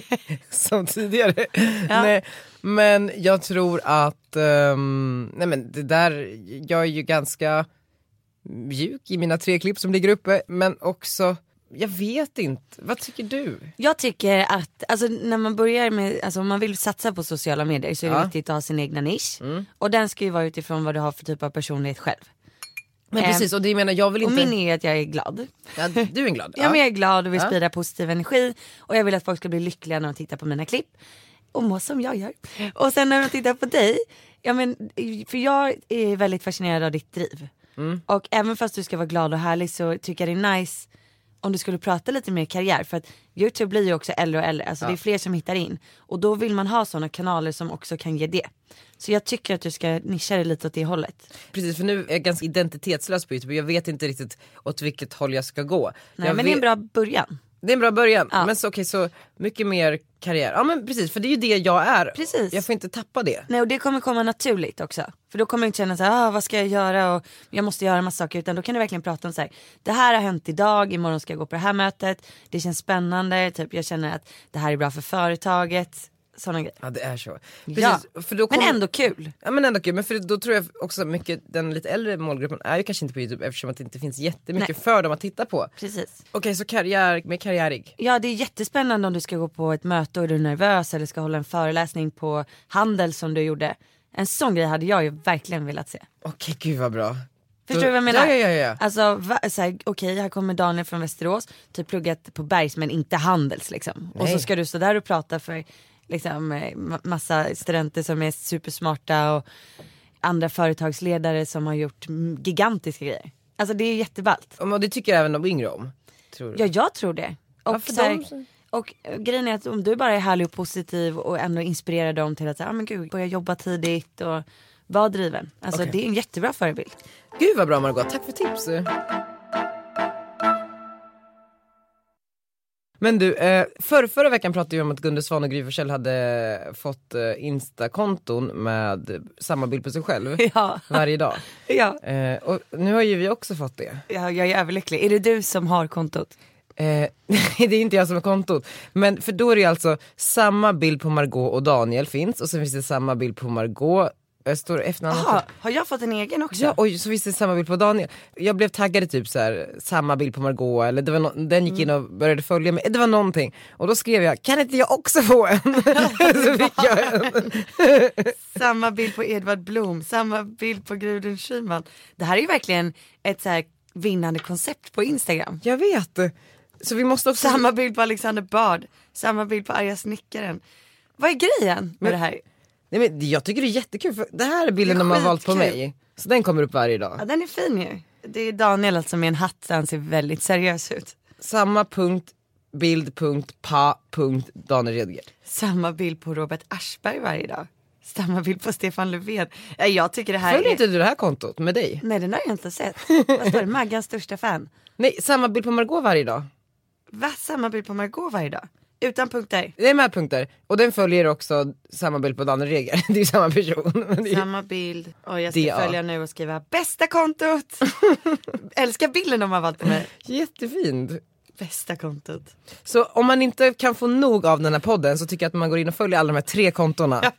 Speaker 1: som tidigare. Nej, men jag tror att, ehm, nej men det där, jag är ju ganska mjuk i mina tre klipp som ligger uppe men också, jag vet inte, vad tycker du?
Speaker 3: Jag tycker att, alltså när man börjar med, alltså om man vill satsa på sociala medier så är det
Speaker 1: Ja. Mm.
Speaker 3: viktigt att ha sin egna nisch. Och den ska ju vara utifrån vad du har för typ av personlighet själv.
Speaker 1: Men
Speaker 3: Eh,
Speaker 1: precis, Ehm, och det menar jag vill
Speaker 3: Och
Speaker 1: inte,
Speaker 3: min är ju att jag är glad.
Speaker 1: ja, du är en glad.
Speaker 3: Ja, men jag är glad och vill sprida positiv energi och jag vill att folk ska bli lyckliga när de tittar på mina klipp och må som jag gör. Och sen när de tittar på dig, ja, men, för jag är väldigt fascinerad av ditt driv. Och även fast du ska vara glad och härlig så tycker jag det är nice om du skulle prata lite mer karriär för att Youtube blir ju också äldre och äldre, alltså det är fler som hittar in. Och då vill man ha sådana kanaler som också kan ge det. Så jag tycker att du ska nischa dig lite åt det hållet.
Speaker 1: Precis för nu är jag ganska identitetslös på Youtube, jag vet inte riktigt åt vilket håll jag ska gå.
Speaker 3: Nej,
Speaker 1: jag
Speaker 3: men det
Speaker 1: vet-
Speaker 3: är en bra början.
Speaker 1: Det är en bra början,
Speaker 3: Ja.
Speaker 1: men så, okej så mycket mer karriär. Ja men precis, för det är ju det jag är.
Speaker 3: Precis.
Speaker 1: Jag får inte tappa det.
Speaker 3: Nej och det kommer komma naturligt också. För då kommer jag inte känna så här, ah, vad ska jag göra och jag måste göra en massa saker. Utan då kan du verkligen prata om så här, det här har hänt idag, imorgon ska jag gå på det här mötet, det känns spännande, typ jag känner att det här är bra för företaget. Sådana grejer.
Speaker 1: Ja det är så.
Speaker 3: Ja.
Speaker 1: Precis, för då
Speaker 3: Men
Speaker 1: kommer-
Speaker 3: ändå kul.
Speaker 1: Ja men ändå kul, men för då tror jag också mycket, den lite äldre målgruppen är ju kanske inte på youtube eftersom att det inte finns jättemycket för dem att titta på. Okej
Speaker 3: Precis.
Speaker 1: så karriär, med karriärig.
Speaker 3: Ja det är jättespännande om du ska gå på ett möte och är du nervös eller ska hålla en föreläsning på handel som du gjorde. En sån grej hade jag ju verkligen velat se.
Speaker 1: Okej gud vad bra.
Speaker 3: Förstår
Speaker 1: Då-
Speaker 3: du vad jag menar?
Speaker 1: Ja ja ja. ja.
Speaker 3: Alltså va- så här, okej här kommer Daniel från Västerås, typ pluggat på Bergs men inte Handels liksom. Och så
Speaker 1: Nej.
Speaker 3: ska du stå där och prata för liksom eh, ma- massa studenter som är supersmarta och andra företagsledare som har gjort mm, gigantiska grejer. Alltså det är jätteballt.
Speaker 1: Och det tycker även de yngre om. Tror du?
Speaker 3: Ja jag tror det.
Speaker 1: Ja,
Speaker 3: Och,
Speaker 1: för
Speaker 3: så här,
Speaker 1: dem-
Speaker 3: och eh, grejen är att om du bara är härlig och positiv och ändå inspirerar dem till att säga, ah, men gud, börja jobba tidigt och vara driven. Alltså
Speaker 1: Okej.
Speaker 3: det är en jättebra förebild.
Speaker 1: Gud vad bra Margot, tack för tips. Men du, eh, förra, förra veckan pratade vi om att Gunde Svan och Gry Forssell hade fått eh, instakonton med samma bild på sig själv
Speaker 3: Ja.
Speaker 1: varje dag.
Speaker 3: Ja.
Speaker 1: Eh, och nu har ju vi också fått det.
Speaker 3: Ja, jag är överlycklig. Är det du som har kontot?
Speaker 1: Eh, nej, det är inte jag som har kontot. Men för då är det ju alltså samma bild på Margot och Daniel finns och sen finns det samma bild på Margot. Eh, Står det efternamn?
Speaker 3: Aha, har jag fått en egen också?
Speaker 1: Ja, och så finns det samma bild på Daniel. Jag blev taggad i typ så här, samma bild på Margot eller det var nå- den gick in
Speaker 3: Mm.
Speaker 1: och började följa mig. Det var någonting. Och då skrev jag, kan inte jag också få en? så fick jag en.
Speaker 3: Samma bild på Edvard Blom, samma bild på Gudrun Schyman. Det här är ju verkligen ett så här vinnande koncept på Instagram.
Speaker 1: Jag vet. Så vi måste också...
Speaker 3: Samma bild på Alexander Bard, samma bild på arga snickaren. Vad är grejen med det här?
Speaker 1: Nej, men jag tycker det är jättekul för det här är bilden
Speaker 3: Det är
Speaker 1: de har valt på
Speaker 3: skitkul.
Speaker 1: mig. Så den kommer upp varje dag.
Speaker 3: Ja, den är fin ju. Det är Daniel alltså med en hatt så han ser väldigt seriös ut.
Speaker 1: samma punkt, bild, punkt, pa, punkt, Daniel Redger.
Speaker 3: Samma bild på Robert Aschberg varje dag. Samma bild på Stefan Löfven. Nej, Jag tycker det här
Speaker 1: Följer
Speaker 3: är...
Speaker 1: inte du det här kontot med dig?
Speaker 3: Nej den har jag inte sett. Vad står det? Maggans största fan.
Speaker 1: Nej, samma bild på Margot varje dag.
Speaker 3: Va? Samma bild på Margot varje dag? Utan punkter?
Speaker 1: Det är med punkter. Och den följer också samma bild på Daniel Redger. Det är ju samma person. Men det är...
Speaker 3: Samma bild. Och jag ska
Speaker 1: Det, ja.
Speaker 3: följa nu och skriva bästa kontot. Älskar bilden de har valt på mig.
Speaker 1: Jättefint.
Speaker 3: Bästa kontot.
Speaker 1: Så om man inte kan få nog av den här podden så tycker jag att man går in och följer alla de här tre kontona.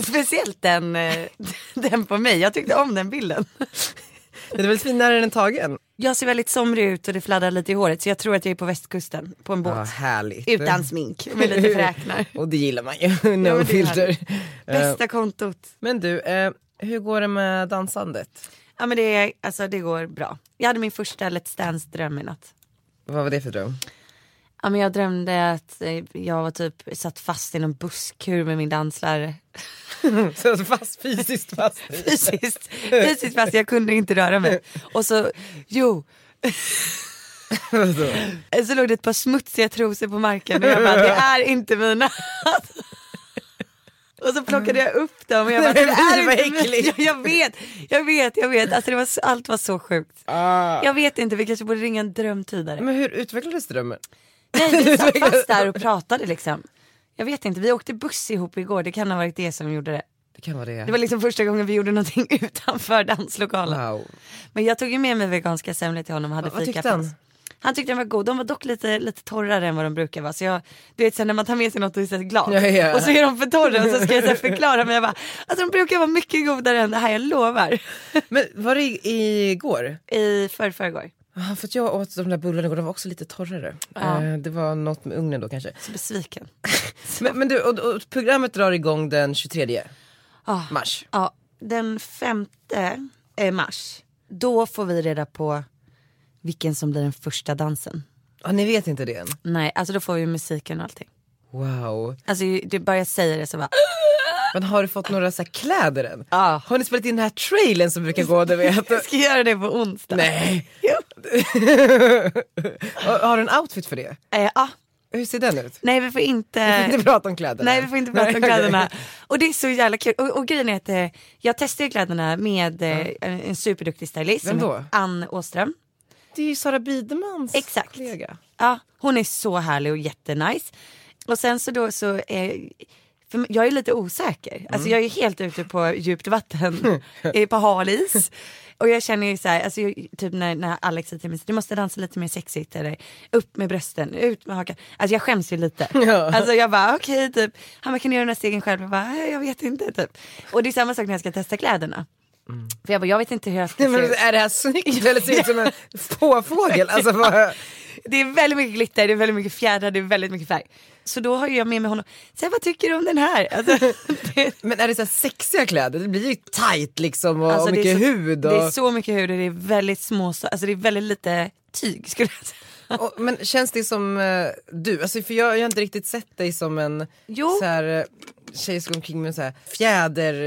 Speaker 3: Speciellt den, eh, den på mig. Jag tyckte om den bilden.
Speaker 1: Den är väl finare än tagen?
Speaker 3: Jag ser väldigt somrig ut och det fladdrar lite i håret så jag tror att jag är på västkusten på en båt.
Speaker 1: Ja, härligt. Eh.
Speaker 3: Utan smink med lite fräknar.
Speaker 1: Och det gillar man ju.
Speaker 3: det är
Speaker 1: No filter. Eh,
Speaker 3: Bästa kontot.
Speaker 1: Men du, eh, hur går det med dansandet?
Speaker 3: Ja men det, är- alltså, det går bra. Jag hade min första Let's Dance dröm i natt.
Speaker 1: Vad var det för dröm?
Speaker 3: Ja, men jag drömde att eh, jag var typ satt fast i någon busskur med min danslärare.
Speaker 1: Så fast, fysiskt fast.
Speaker 3: Fysiskt, fysiskt fast jag kunde inte röra mig. Och så, jo, eh, så låg det ett par smutsiga trosor på marken och jag bara, det är inte mina. Och så plockade jag upp dem och jag bara, det
Speaker 1: Nej, men
Speaker 3: är
Speaker 1: det var
Speaker 3: inte mina.
Speaker 1: äckligt.
Speaker 3: Jag, jag vet, jag vet, jag vet. Alltså det var, så- allt var så sjukt. Jag vet inte, vi kanske borde ringa en drömtydare.
Speaker 1: Ah. Men hur utvecklades drömmen?
Speaker 3: Nej vi satt fast där och pratade liksom. Jag vet inte, vi åkte buss ihop igår, det kan ha varit det som gjorde det.
Speaker 1: Det kan vara det.
Speaker 3: Det var liksom första gången vi gjorde någonting utanför danslokalen.
Speaker 1: Wow.
Speaker 3: Men jag tog ju med mig veganska semlor till honom och hade
Speaker 1: Vad- vad
Speaker 3: fika
Speaker 1: tyckte
Speaker 3: på
Speaker 1: han?
Speaker 3: oss. Han tyckte den var god, de var dock lite, lite torrare än vad de brukar vara. Så jag, du vet sen när man tar med sig något och är så här glad
Speaker 1: Ja, ja.
Speaker 3: och så är de för torra och så ska jag så här förklara men jag bara, alltså de brukar vara mycket godare än det här, jag lovar.
Speaker 1: Men var det i- igår?
Speaker 3: I förrförrgår.
Speaker 1: Ja, för att jag åt de där bullarna igår, de var också lite torrare. Eh, det var något med ugnen då kanske.
Speaker 3: Så besviken.
Speaker 1: Men, men du, och, och programmet drar igång den 23
Speaker 3: Ah.
Speaker 1: mars.
Speaker 3: Ja, den femte eh, mars, då får vi reda på vilken som blir den första dansen.
Speaker 1: Ja, ni vet inte det än?
Speaker 3: Nej, alltså då får vi musiken och allting.
Speaker 1: Wow.
Speaker 3: Alltså det bara jag säger det så bara,
Speaker 1: Men har du fått några så här kläder än?
Speaker 3: Ja.
Speaker 1: Har ni spelat in den här trailern som brukar gå, du vet?
Speaker 3: jag ska göra det på onsdag.
Speaker 1: Nej.
Speaker 3: Jo.
Speaker 1: har, har du en outfit för det?
Speaker 3: Eh, ja.
Speaker 1: Hur ser den ut?
Speaker 3: Nej vi får inte,
Speaker 1: Inte prata om kläderna.
Speaker 3: nej, vi får inte prata om
Speaker 1: Nej, okej.
Speaker 3: kläderna. Och det är så jävla kul. Och, och grejen är att eh, jag testade ju kläderna med eh, en, en superduktig stylist.
Speaker 1: Vem
Speaker 3: som
Speaker 1: då?
Speaker 3: heter Ann Åström.
Speaker 1: Det är ju Sara Bidemans
Speaker 3: Exakt.
Speaker 1: kollega.
Speaker 3: Ja, hon är så härlig och jättenice. Och sen så då så, eh, för jag är lite osäker.
Speaker 1: Mm.
Speaker 3: Alltså jag är helt ute på djupt vatten, eh, på hal is. Och jag känner ju så här, alltså jag, typ när, när Alex säger till mig, du måste dansa lite mer sexigt eller upp med brösten, ut med hakan. Alltså jag skäms ju lite. Alltså jag bara okej typ, han bara kan du göra den här stegen själv? Jag bara, "Eh, jag vet inte typ. Och det är samma sak när jag ska testa kläderna. För jag bara, jag vet inte hur jag ska
Speaker 1: Mm. Nej,
Speaker 3: se
Speaker 1: men
Speaker 3: ut.
Speaker 1: är det här snyggt eller ser det ut som en påfågel? Alltså, vad...
Speaker 3: Det är väldigt mycket glitter, det är väldigt mycket fjädrar, det är väldigt mycket färg. Så då har jag med mig honom. Säg vad tycker du om den här? Alltså, det,
Speaker 1: Men är det så här sexiga kläder? Det blir ju tight liksom och,
Speaker 3: alltså,
Speaker 1: och
Speaker 3: det är
Speaker 1: mycket
Speaker 3: så,
Speaker 1: hud. Och,
Speaker 3: Det är så mycket hud och det är väldigt små, alltså det är väldigt lite tyg skulle jag säga.
Speaker 1: och, men känns det som eh, du? Alltså, för jag, jag har inte riktigt sett dig som en
Speaker 3: Jo.
Speaker 1: så här, eh, tjej som går omkring med en så här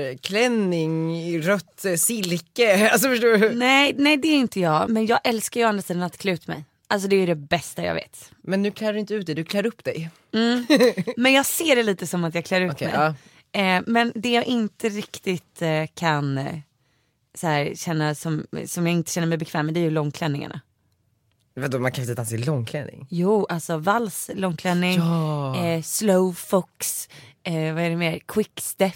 Speaker 1: fjäderklänning i rött eh, silke. Alltså förstår du?
Speaker 3: Nej, nej det är inte jag, men jag älskar ju å andra sidan att klä ut mig. Alltså det är ju det bästa jag vet.
Speaker 1: Men nu klär du inte ut dig, du klär upp dig.
Speaker 3: Men jag ser det lite som att jag klär ut
Speaker 1: Okej,
Speaker 3: mig.
Speaker 1: ja.
Speaker 3: Eh, men det jag inte riktigt eh, kan eh, så här, känna som, som jag inte känner mig bekväm med det är ju långklänningarna.
Speaker 1: Vadå man kan inte dansa i långklänning?
Speaker 3: Jo, alltså vals, långklänning, eh, slow fox, eh, vad är det mer, quick step.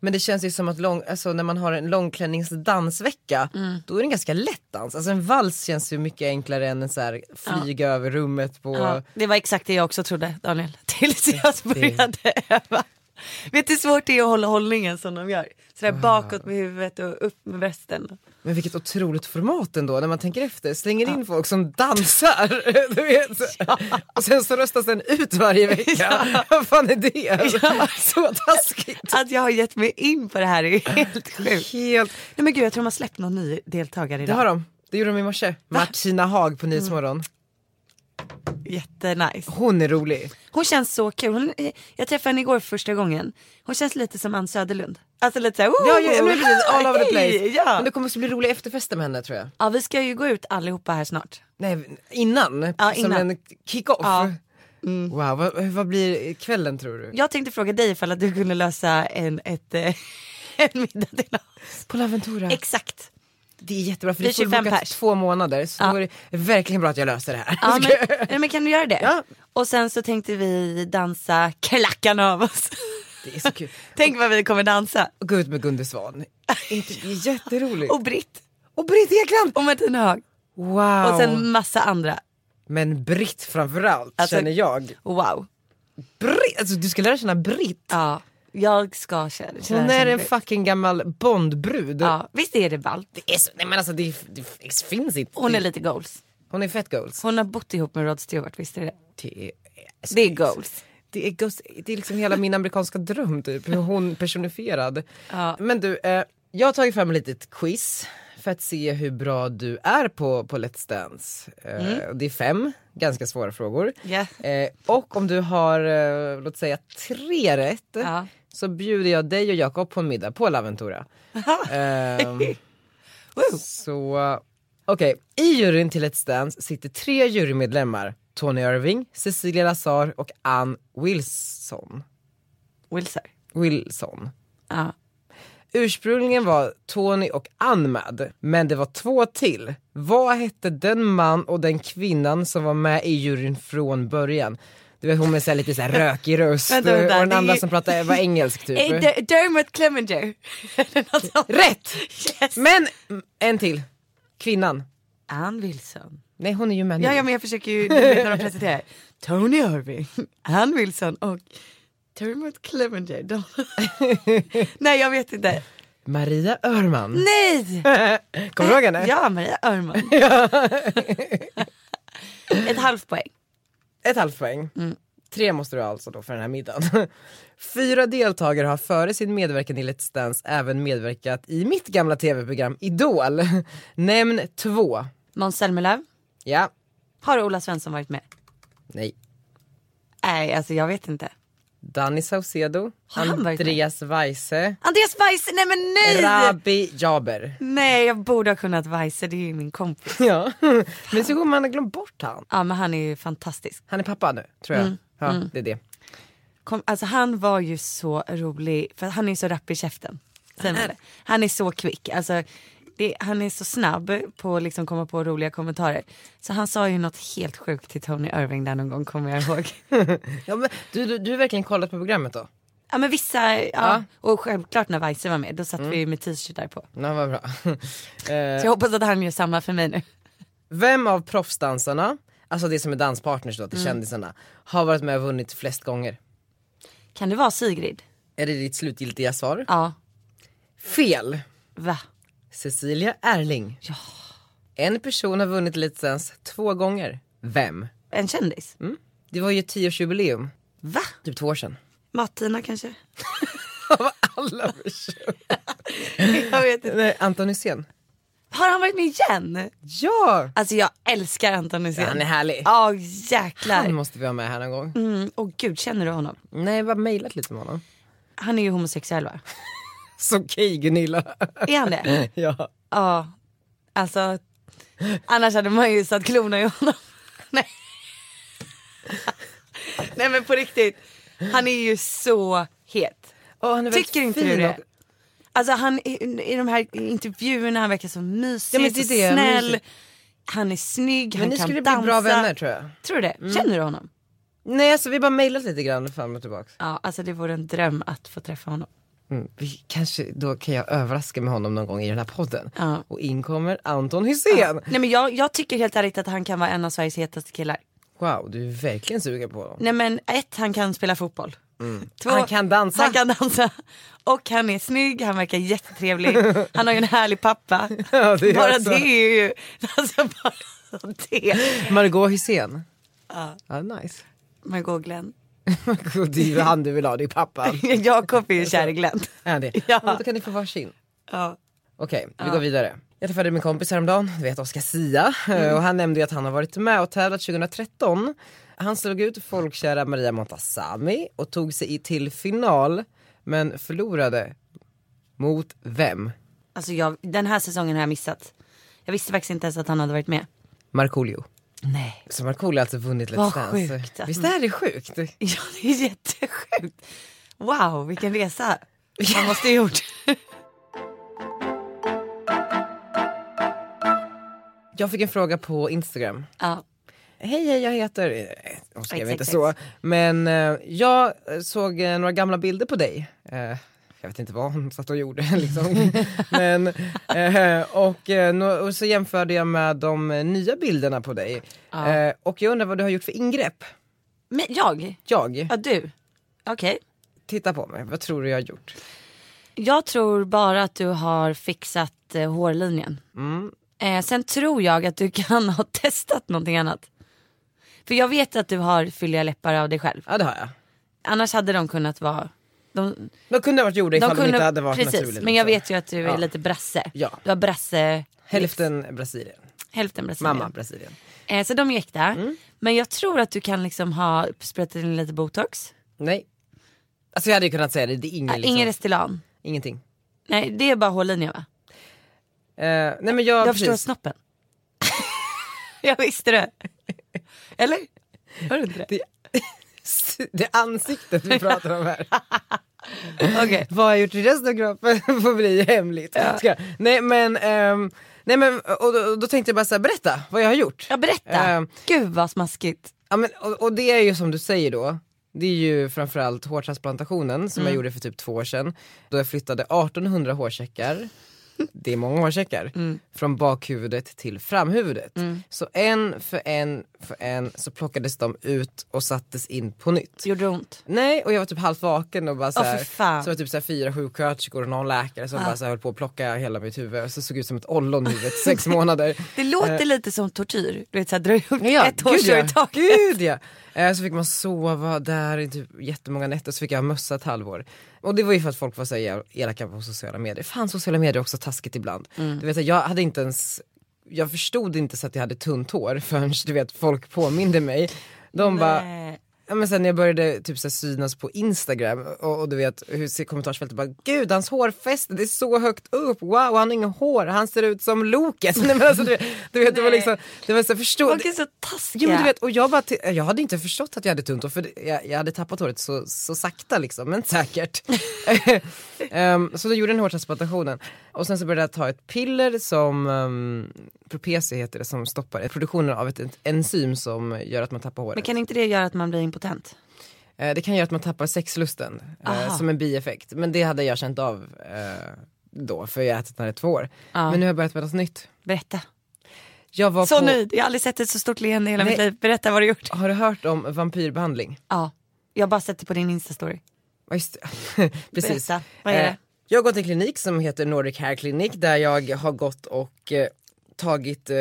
Speaker 1: Men det känns ju som att lång, alltså, när man har en långklänningsdansvecka
Speaker 3: Mm.
Speaker 1: då är det en ganska lätt dans. Alltså en vals känns ju mycket enklare än en så här flyga över rummet på...
Speaker 3: Ja, det var exakt det jag också trodde Daniel, tills jag började öva. Vet du hur svårt det är att hålla hållningen som de gör? Sådär bakåt med huvudet och upp med brösten.
Speaker 1: Men vilket otroligt format ändå när man tänker efter. Slänger in folk som dansar. Du vet. Och sen så röstas den ut varje vecka. Vad fan är det? Så taskigt.
Speaker 3: Att Alltså, jag har gett mig in på det här är helt sjukt.
Speaker 1: Helt.
Speaker 3: Nej men gud jag tror de har släppt någon ny deltagare
Speaker 1: Det
Speaker 3: idag.
Speaker 1: har de. Det gjorde de i morse. Martina Haag
Speaker 3: Mm.
Speaker 1: på Nyhetsmorgon.
Speaker 3: Jättenice.
Speaker 1: Hon är rolig.
Speaker 3: Hon känns så kul. Hon, eh, jag träffade henne igår för första gången. Hon känns lite som Ann Söderlund. Alltså lite såhär,
Speaker 1: Ja, ja, men precis, all over the place.
Speaker 3: Ja.
Speaker 1: Men det kommer också bli roliga efterfester med henne tror jag.
Speaker 3: ja vi ska ju gå ut allihopa här snart.
Speaker 1: Nej, innan.
Speaker 3: Ja,
Speaker 1: som
Speaker 3: innan.
Speaker 1: en kick-off.
Speaker 3: Ja. Mm.
Speaker 1: Wow, vad, vad blir kvällen tror du?
Speaker 3: Jag tänkte fråga dig ifall att du kunde lösa en, ett, eh, en middag till oss.
Speaker 1: På Laventura.
Speaker 3: Exakt.
Speaker 1: det är jättebra för
Speaker 3: vi
Speaker 1: det är
Speaker 3: är 25
Speaker 1: fullbokat
Speaker 3: pers.
Speaker 1: två månader. Så
Speaker 3: Ja.
Speaker 1: då är det verkligen bra att jag löser det här.
Speaker 3: Ja, men, nej, men kan du göra det?
Speaker 1: Ja.
Speaker 3: Och sen så tänkte vi dansa klackarna av oss.
Speaker 1: Det är så kul.
Speaker 3: Tänk vad vi kommer dansa.
Speaker 1: Och gå ut med Gunde Svan. Inte- Det är jätteroligt.
Speaker 3: Och Britt
Speaker 1: och Britt Ekland!
Speaker 3: och Martina Haag.
Speaker 1: Wow!
Speaker 3: Och sen massa andra.
Speaker 1: Men Britt framförallt
Speaker 3: Alltså-
Speaker 1: känner jag.
Speaker 3: Wow.
Speaker 1: Britt, alltså, du ska lära känna Britt.
Speaker 3: Ja, jag ska köra.
Speaker 1: Hon är en fucking gammal Bondbrud.
Speaker 3: Ja, visst är det ballt?
Speaker 1: Det, är så, nej, men alltså, det, det finns inte.
Speaker 3: Hon är lite goals.
Speaker 1: Hon är fett goals.
Speaker 3: Hon har bott ihop med Rod Stewart, visst är det?
Speaker 1: Det är, alltså,
Speaker 3: Det är goals.
Speaker 1: Det är, goals, det är liksom hela min amerikanska dröm typ. Hur hon personifierad. Men du, eh, jag har tagit fram ett litet quiz för att se hur bra du är på, på Let's Dance. Eh, Det är fem ganska svåra frågor.
Speaker 3: Mm. Ja.
Speaker 1: Eh, och om du har, eh, låt säga tre rätt,
Speaker 3: Ja.
Speaker 1: så bjuder jag dig och Jakob på en middag på Laventura. Ehm, så, okej. I juryn till Let's Dance sitter tre jurymedlemmar. Tony Irving, Cecilia Lazar och Ann Wilson.
Speaker 3: Wilson.
Speaker 1: Wilson.
Speaker 3: Ja.
Speaker 1: Ursprungligen var Tony och Ann med, men det var två till. Vad hette den man och den kvinnan som var med i juryn från början? Du vet hon med så här lite så här rökig röst
Speaker 3: Vänta, vänta,
Speaker 1: och den
Speaker 3: det är
Speaker 1: andra
Speaker 3: ju-
Speaker 1: som pratade var engelsk typ.
Speaker 3: Eh, D- Dermot Clemenger.
Speaker 1: Rätt!
Speaker 3: yes.
Speaker 1: Men en till. Kvinnan.
Speaker 3: Ann Wilson.
Speaker 1: Nej hon är ju människa.
Speaker 3: Ja, ja men jag försöker ju du vet när de presenterar. Tony Irving, Ann Wilson och Dermot Clemenger. De... Nej jag vet inte.
Speaker 1: Maria Örman.
Speaker 3: Nej!
Speaker 1: Kommer du ihåg henne?
Speaker 3: Ja, Maria Örman. Ett halvt poäng.
Speaker 1: Ett halvt poäng.
Speaker 3: Mm.
Speaker 1: Tre måste du ha alltså då för den här middagen. Fyra deltagare har före sin medverkan i Let's Dance även medverkat i mitt gamla tv-program Idol. Nämn två.
Speaker 3: Måns Zelmerlöw,
Speaker 1: Ja,
Speaker 3: har Ola Svensson varit med?
Speaker 1: nej.
Speaker 3: Nej, alltså jag vet inte.
Speaker 1: Danny Saucedo,
Speaker 3: Har han varit med?
Speaker 1: Andreas Weise,
Speaker 3: Andreas Weise, nej men nej!
Speaker 1: Rabi Jaber.
Speaker 3: Nej, jag borde ha kunnat Weise, det är ju min kompis.
Speaker 1: Ja. Men så man har glömt bort han.
Speaker 3: Ja men han är ju fantastisk.
Speaker 1: Han är pappa nu, tror
Speaker 3: Mm.
Speaker 1: jag. Ja, det är det.
Speaker 3: Kom, alltså han var ju så rolig, för han är ju så rapp i käften. Zelmerlöw. Han är så kvick, alltså det, han är så snabb på att liksom komma på roliga kommentarer. Så han sa ju något helt sjukt till Tony Irving där någon gång kommer jag ihåg.
Speaker 1: Ja, men, du, du, du har verkligen kollat på programmet då?
Speaker 3: Ja men vissa, ja. Och självklart när Weise var med, då satt vi ju med t-shirtar på.
Speaker 1: Ja, vad bra. Eh,
Speaker 3: Så jag hoppas att han gör samma för mig nu.
Speaker 1: Vem av proffsdansarna, alltså det som är danspartners
Speaker 3: Mm.
Speaker 1: då till kändisarna, har varit med och vunnit flest gånger?
Speaker 3: Kan det vara Sigrid?
Speaker 1: Är det ditt slutgiltiga svar?
Speaker 3: Ja.
Speaker 1: Fel!
Speaker 3: Va?
Speaker 1: Cecilia Erling. En person har vunnit Let's Dance två gånger. Vem?
Speaker 3: En kändis?
Speaker 1: Det var ju 10-årsjubileum,
Speaker 3: Va?
Speaker 1: typ två år sedan.
Speaker 3: Martina kanske?
Speaker 1: Av alla personer.
Speaker 3: jag vet inte.
Speaker 1: Nej, Anton Hysén.
Speaker 3: Har han varit med igen?
Speaker 1: Ja!
Speaker 3: Alltså jag älskar Anton Hysén.
Speaker 1: Han är härlig.
Speaker 3: Ja jäklar.
Speaker 1: Han måste vi ha med här någon gång.
Speaker 3: Mm, och gud, känner du honom?
Speaker 1: Nej, jag har bara mejlat lite med honom.
Speaker 3: Han är ju homosexuell va?
Speaker 1: Så okej Gunilla.
Speaker 3: Är han det?
Speaker 1: ja.
Speaker 3: Ja. Alltså, annars hade man ju satt klona i honom. Nej. Nej men på riktigt, han är ju så het.
Speaker 1: Åh, han är väldigt
Speaker 3: Tycker inte du
Speaker 1: fin
Speaker 3: det?
Speaker 1: och-
Speaker 3: Alltså han i, i de här intervjuerna, han verkar så
Speaker 1: Ja,
Speaker 3: mysig,
Speaker 1: men det är
Speaker 3: så
Speaker 1: det, han är
Speaker 3: snäll. Han är snygg,
Speaker 1: Men
Speaker 3: han
Speaker 1: ni
Speaker 3: kan
Speaker 1: skulle
Speaker 3: dansa.
Speaker 1: bli bra vänner Mm. tror jag.
Speaker 3: Tror du det? Känner du honom?
Speaker 1: Nej alltså vi bara mejlat lite grann fram och tillbaka.
Speaker 3: Ja, alltså det vore en dröm att få träffa honom.
Speaker 1: Mm. Vi kanske, då kan jag överraska med honom någon gång i den här podden.
Speaker 3: Ja.
Speaker 1: Och in kommer Anton Hysén.
Speaker 3: Nej men jag, jag tycker helt ärligt att han kan vara en av Sveriges hetaste killar.
Speaker 1: Wow, du är verkligen sugen på honom.
Speaker 3: Nej men ett, han kan spela fotboll. Två,
Speaker 1: Han kan dansa.
Speaker 3: Han kan dansa. Och han är snygg, han verkar jättetrevlig. Han har ju en härlig pappa.
Speaker 1: Ja, det är
Speaker 3: bara
Speaker 1: också.
Speaker 3: det är ju... Alltså bara det.
Speaker 1: Margot Hysén. Ja. nice.
Speaker 3: Margot Glenn.
Speaker 1: Margot, det är ju han du vill ha, det är pappan.
Speaker 3: Jakob är ju kär i Glenn.
Speaker 1: Är det?
Speaker 3: Ja.
Speaker 1: Men Då kan ni få varsin.
Speaker 3: Ja.
Speaker 1: Okej, vi går vidare. Jag träffade min kompis häromdagen, du vet Oscar Sia.
Speaker 3: Mm.
Speaker 1: Eh, Och han nämnde ju att han har varit med och tävlat 2013. Han slog ut folkkära Maria Montazami och tog sig i till final. Men förlorade. Mot vem?
Speaker 3: Alltså jag, den här säsongen har jag missat. Jag visste faktiskt inte ens att han hade varit med.
Speaker 1: Markoolio.
Speaker 3: Nej.
Speaker 1: Så Markoolio har alltså vunnit Let's
Speaker 3: Vad
Speaker 1: Dance.
Speaker 3: sjukt Mm. att-
Speaker 1: Visst är det sjukt?
Speaker 3: Ja det är jättesjukt. Wow vilken resa han måste ha gjort.
Speaker 1: Jag fick en fråga på Instagram.
Speaker 3: ja.
Speaker 1: Hej hej jag heter, eh, hon skrev
Speaker 3: Exakt,
Speaker 1: inte
Speaker 3: exakt.
Speaker 1: så, men eh, jag eh, såg eh, några gamla bilder på dig. Eh, jag vet inte vad hon satt och gjorde liksom. men, eh, och, eh, nå- och så jämförde jag med de eh, nya bilderna på dig. Eh, och jag undrar vad du har gjort för ingrepp?
Speaker 3: Men jag?
Speaker 1: Jag,
Speaker 3: Ja du. Okej.
Speaker 1: titta på mig, vad tror du jag har gjort?
Speaker 3: Jag tror bara att du har fixat eh, hårlinjen.
Speaker 1: Mm.
Speaker 3: Eh, sen tror jag att du kan ha testat någonting annat. För jag vet att du har fylliga läppar av dig själv.
Speaker 1: Ja det har jag.
Speaker 3: Annars hade de kunnat vara... De,
Speaker 1: De kunde ha varit gjorda
Speaker 3: de
Speaker 1: ifall de,
Speaker 3: kunde,
Speaker 1: inte hade varit
Speaker 3: precis,
Speaker 1: naturligt.
Speaker 3: men jag
Speaker 1: liksom.
Speaker 3: vet ju att du är
Speaker 1: Ja.
Speaker 3: lite brasse.
Speaker 1: Ja.
Speaker 3: Du har brasse...
Speaker 1: Hälften Brasilien,
Speaker 3: Hälften brasse.
Speaker 1: mamma Mm. Brasilien.
Speaker 3: Eh, så de är äkta. Men jag tror att du kan liksom ha sprutat in lite botox.
Speaker 1: Nej. Alltså jag hade ju kunnat säga det, det är ingen,
Speaker 3: Ingen,
Speaker 1: liksom,
Speaker 3: Ingen Restylane.
Speaker 1: ingenting.
Speaker 3: Nej det är bara hårlinjen va?
Speaker 1: Eh, nej men jag,
Speaker 3: jag
Speaker 1: precis.
Speaker 3: förstår snoppen. jag visste det. Eller? Hör du inte det?
Speaker 1: Det, det är ansiktet vi pratar om här.
Speaker 3: Okej.
Speaker 1: Vad har jag gjort i resten av kroppen får bli hemligt. Ska jag- Nej men, ehm, nej, men och då, och då tänkte jag bara så här, berätta vad jag har gjort.
Speaker 3: Ja berätta.
Speaker 1: Ehm.
Speaker 3: Gud vad smaskigt.
Speaker 1: Ja, men, och, och det är ju som du säger då, det är ju framförallt
Speaker 3: Mm.
Speaker 1: hårtransplantationen som jag gjorde för typ två år sedan. Då jag flyttade 1800 hårsäckar det är många hårsäckar.
Speaker 3: Mm.
Speaker 1: Från bakhuvudet till framhuvudet. Så en för en för en så plockades de ut och sattes in på nytt.
Speaker 3: Gjorde det ont?
Speaker 1: Nej och jag var typ halvt vaken och bara så här,
Speaker 3: för fan. Ah.
Speaker 1: så var det typ så här fyra sjuksköterskor och någon läkare som bara så här höll på att plocka hela mitt huvud och så såg jag ut som ett ollon i huvudet sex månader.
Speaker 3: Det låter lite som tortyr. Du vet såhär dra upp
Speaker 1: Eh. Ja,
Speaker 3: ett hårstrå i taget.
Speaker 1: Gud ja. Eh, Så fick man sova där i typ jättemånga nätter, så fick jag ha mössa ett halvår. Och det var ju för att folk var så här jävla elaka på sociala medier. Fan sociala medier är också taskigt ibland.
Speaker 3: Mm.
Speaker 1: Du vet, jag hade inte ens, jag förstod inte så att jag hade tunt hår förrän du vet folk påminde mig. De bara,
Speaker 3: Nej.
Speaker 1: ja, men sen när jag började typ så här synas på instagram och, och du vet hur ser kommentarsfältet bara gud hans hårfäste det är så högt upp, wow han har inga hår, han ser ut som Loket. Nej, men alltså, du, vet- du vet det var liksom, det var så här, förstå,
Speaker 3: Folk är så taskiga.
Speaker 1: Jo men du vet, och jag, bara t- jag hade inte förstått att jag hade tunt hår för det- jag, jag hade tappat håret så, så sakta liksom, men säkert. Ehm, så då gjorde jag den hårtransplantationen och sen så började jag ta ett piller som, um, Propecia heter det, som stoppar produktionen av ett en- enzym som gör att man tappar håret.
Speaker 3: Men kan inte det göra att man blir impotent?
Speaker 1: Eh, det kan göra att man tappar sexlusten eh,
Speaker 3: Aha.
Speaker 1: som en bieffekt, men det hade jag känt av eh, då för jag har ätit den här i två år. Men nu har jag börjat med något nytt.
Speaker 3: Berätta.
Speaker 1: Jag var
Speaker 3: Så
Speaker 1: på,
Speaker 3: nöjd, jag har aldrig sett ett så stort leende i hela
Speaker 1: Nej.
Speaker 3: mitt liv. Berätta vad du gjort.
Speaker 1: Har du hört om vampyrbehandling?
Speaker 3: Ja, jag har bara sett det på din instastory.
Speaker 1: Ja, Just, det. precis.
Speaker 3: Berätta, vad är det?
Speaker 1: Eh, Jag har gått till en klinik som heter Nordic Hair Clinic där jag har gått och eh, tagit eh,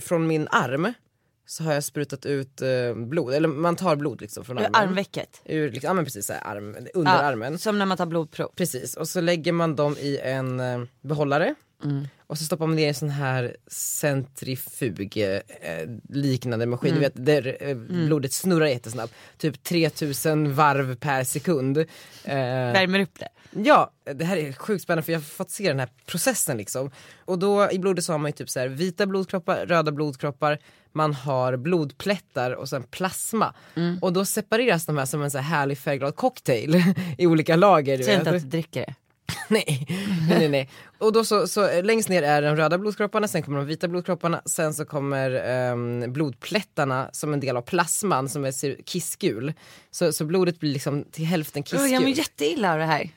Speaker 1: från min arm så har jag sprutat ut eh, blod, eller man tar blod liksom från
Speaker 3: Ur
Speaker 1: armen.
Speaker 3: armvecket.
Speaker 1: Ur, liksom, ja men precis, så här, arm, under armen.
Speaker 3: Ja, som när man tar blodprov.
Speaker 1: Precis, och så lägger man dem i en eh, behållare
Speaker 3: Mm.
Speaker 1: och så stoppar man ner i en sån här centrifug eh, eh, liknande maskin,
Speaker 3: Mm.
Speaker 1: du vet, där eh, blodet snurrar jättesnabbt. Typ 3000 varv per sekund. Eh,
Speaker 3: Värmer upp det.
Speaker 1: Ja, det här är sjukt spännande för jag har fått se den här processen liksom. Och då i blodet så har man ju typ så här vita blodkroppar, röda blodkroppar, man har blodplättar och sen plasma.
Speaker 3: Mm.
Speaker 1: Och då separeras de här som en så här härlig färgglad cocktail i olika lager. du
Speaker 3: Säg
Speaker 1: vet.
Speaker 3: inte att du dricker det.
Speaker 1: Nej, nej, nej, nej. Och då så, så eh, längst ner är de röda blodkropparna, sen kommer de vita blodkropparna, sen så kommer ehm, blodplättarna som en del av plasman som är ser kissgul. Så, så blodet blir liksom till hälften
Speaker 3: Oh,
Speaker 1: kissgul.
Speaker 3: jag mår jätteilla av det här.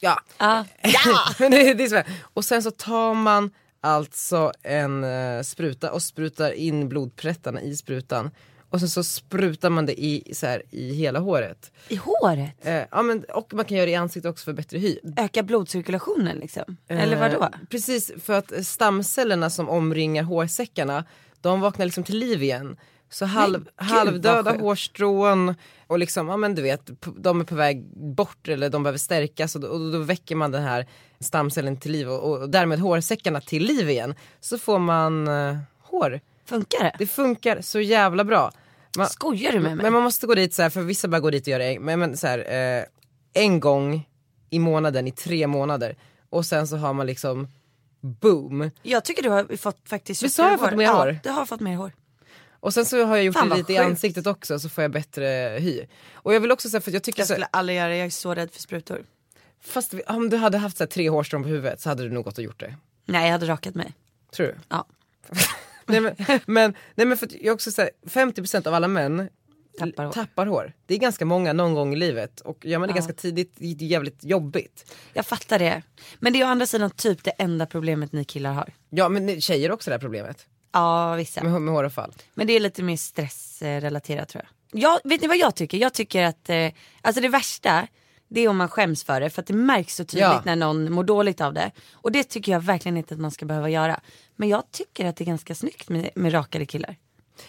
Speaker 1: ja.
Speaker 3: Ja.
Speaker 1: Men det, det är så här. och sen så tar man alltså en eh, spruta och sprutar in blodplättarna i sprutan. Och sen så sprutar man det i, så här, i hela håret.
Speaker 3: I håret?
Speaker 1: Eh, ja, men, och man kan göra det i ansiktet också för bättre hy.
Speaker 3: Ökar blodcirkulationen liksom? Eller vadå?
Speaker 1: Eh, Precis, för att eh, stamcellerna som omringar hårsäckarna, de vaknar liksom till liv igen. Så halv, halvdöda
Speaker 3: sjukt.
Speaker 1: hårstrån och liksom, ja men du vet, p- de är på väg bort eller de behöver stärkas och då, och då väcker man den här stamcellen till liv och, och, därmed hårsäckarna till liv igen. Så får man eh, hår.
Speaker 3: Funkar det?
Speaker 1: Det funkar så jävla bra. Man,
Speaker 3: Skojar du med mig?
Speaker 1: men man måste gå dit så här, för vissa bara går dit och gör det en, men, men så här, eh, en gång i månaden i tre månader och sen så har man liksom boom.
Speaker 3: Jag tycker du har fått faktiskt
Speaker 1: Visst har jag fått mer hår?
Speaker 3: Ja, du har fått mer hår.
Speaker 1: Och sen så har jag gjort
Speaker 3: Fan,
Speaker 1: det
Speaker 3: vad
Speaker 1: lite i
Speaker 3: sjukt.
Speaker 1: ansiktet också så får jag bättre hy. Och jag vill också säga för att jag tycker
Speaker 3: Jag
Speaker 1: så här,
Speaker 3: skulle aldrig göra det, jag är så rädd för sprutor.
Speaker 1: fast vi- om du hade haft så här, tre hårstrån på huvudet så hade du nog gått och gjort det.
Speaker 3: Nej jag hade rakat mig.
Speaker 1: Tror du?
Speaker 3: Ja.
Speaker 1: nej, men, men, nej men för att jag också säger 50% av alla män
Speaker 3: Tappar hår.
Speaker 1: tappar hår. Det är ganska många någon gång i livet och gör man det ganska tidigt det är jävligt jobbigt.
Speaker 3: Jag fattar det. Men det är å andra sidan typ det enda problemet ni killar har.
Speaker 1: Ja men ni- tjejer har också det här problemet
Speaker 3: Ja vissa.
Speaker 1: med, med håravfall.
Speaker 3: Men det är lite mer stressrelaterat tror jag. jag. Vet ni vad jag tycker? Jag tycker att eh, alltså det värsta det är om man skäms för det för att det märks så tydligt
Speaker 1: Ja.
Speaker 3: när någon mår dåligt av det. Och det tycker jag verkligen inte att man ska behöva göra. Men jag tycker att det är ganska snyggt med, med rakade killar.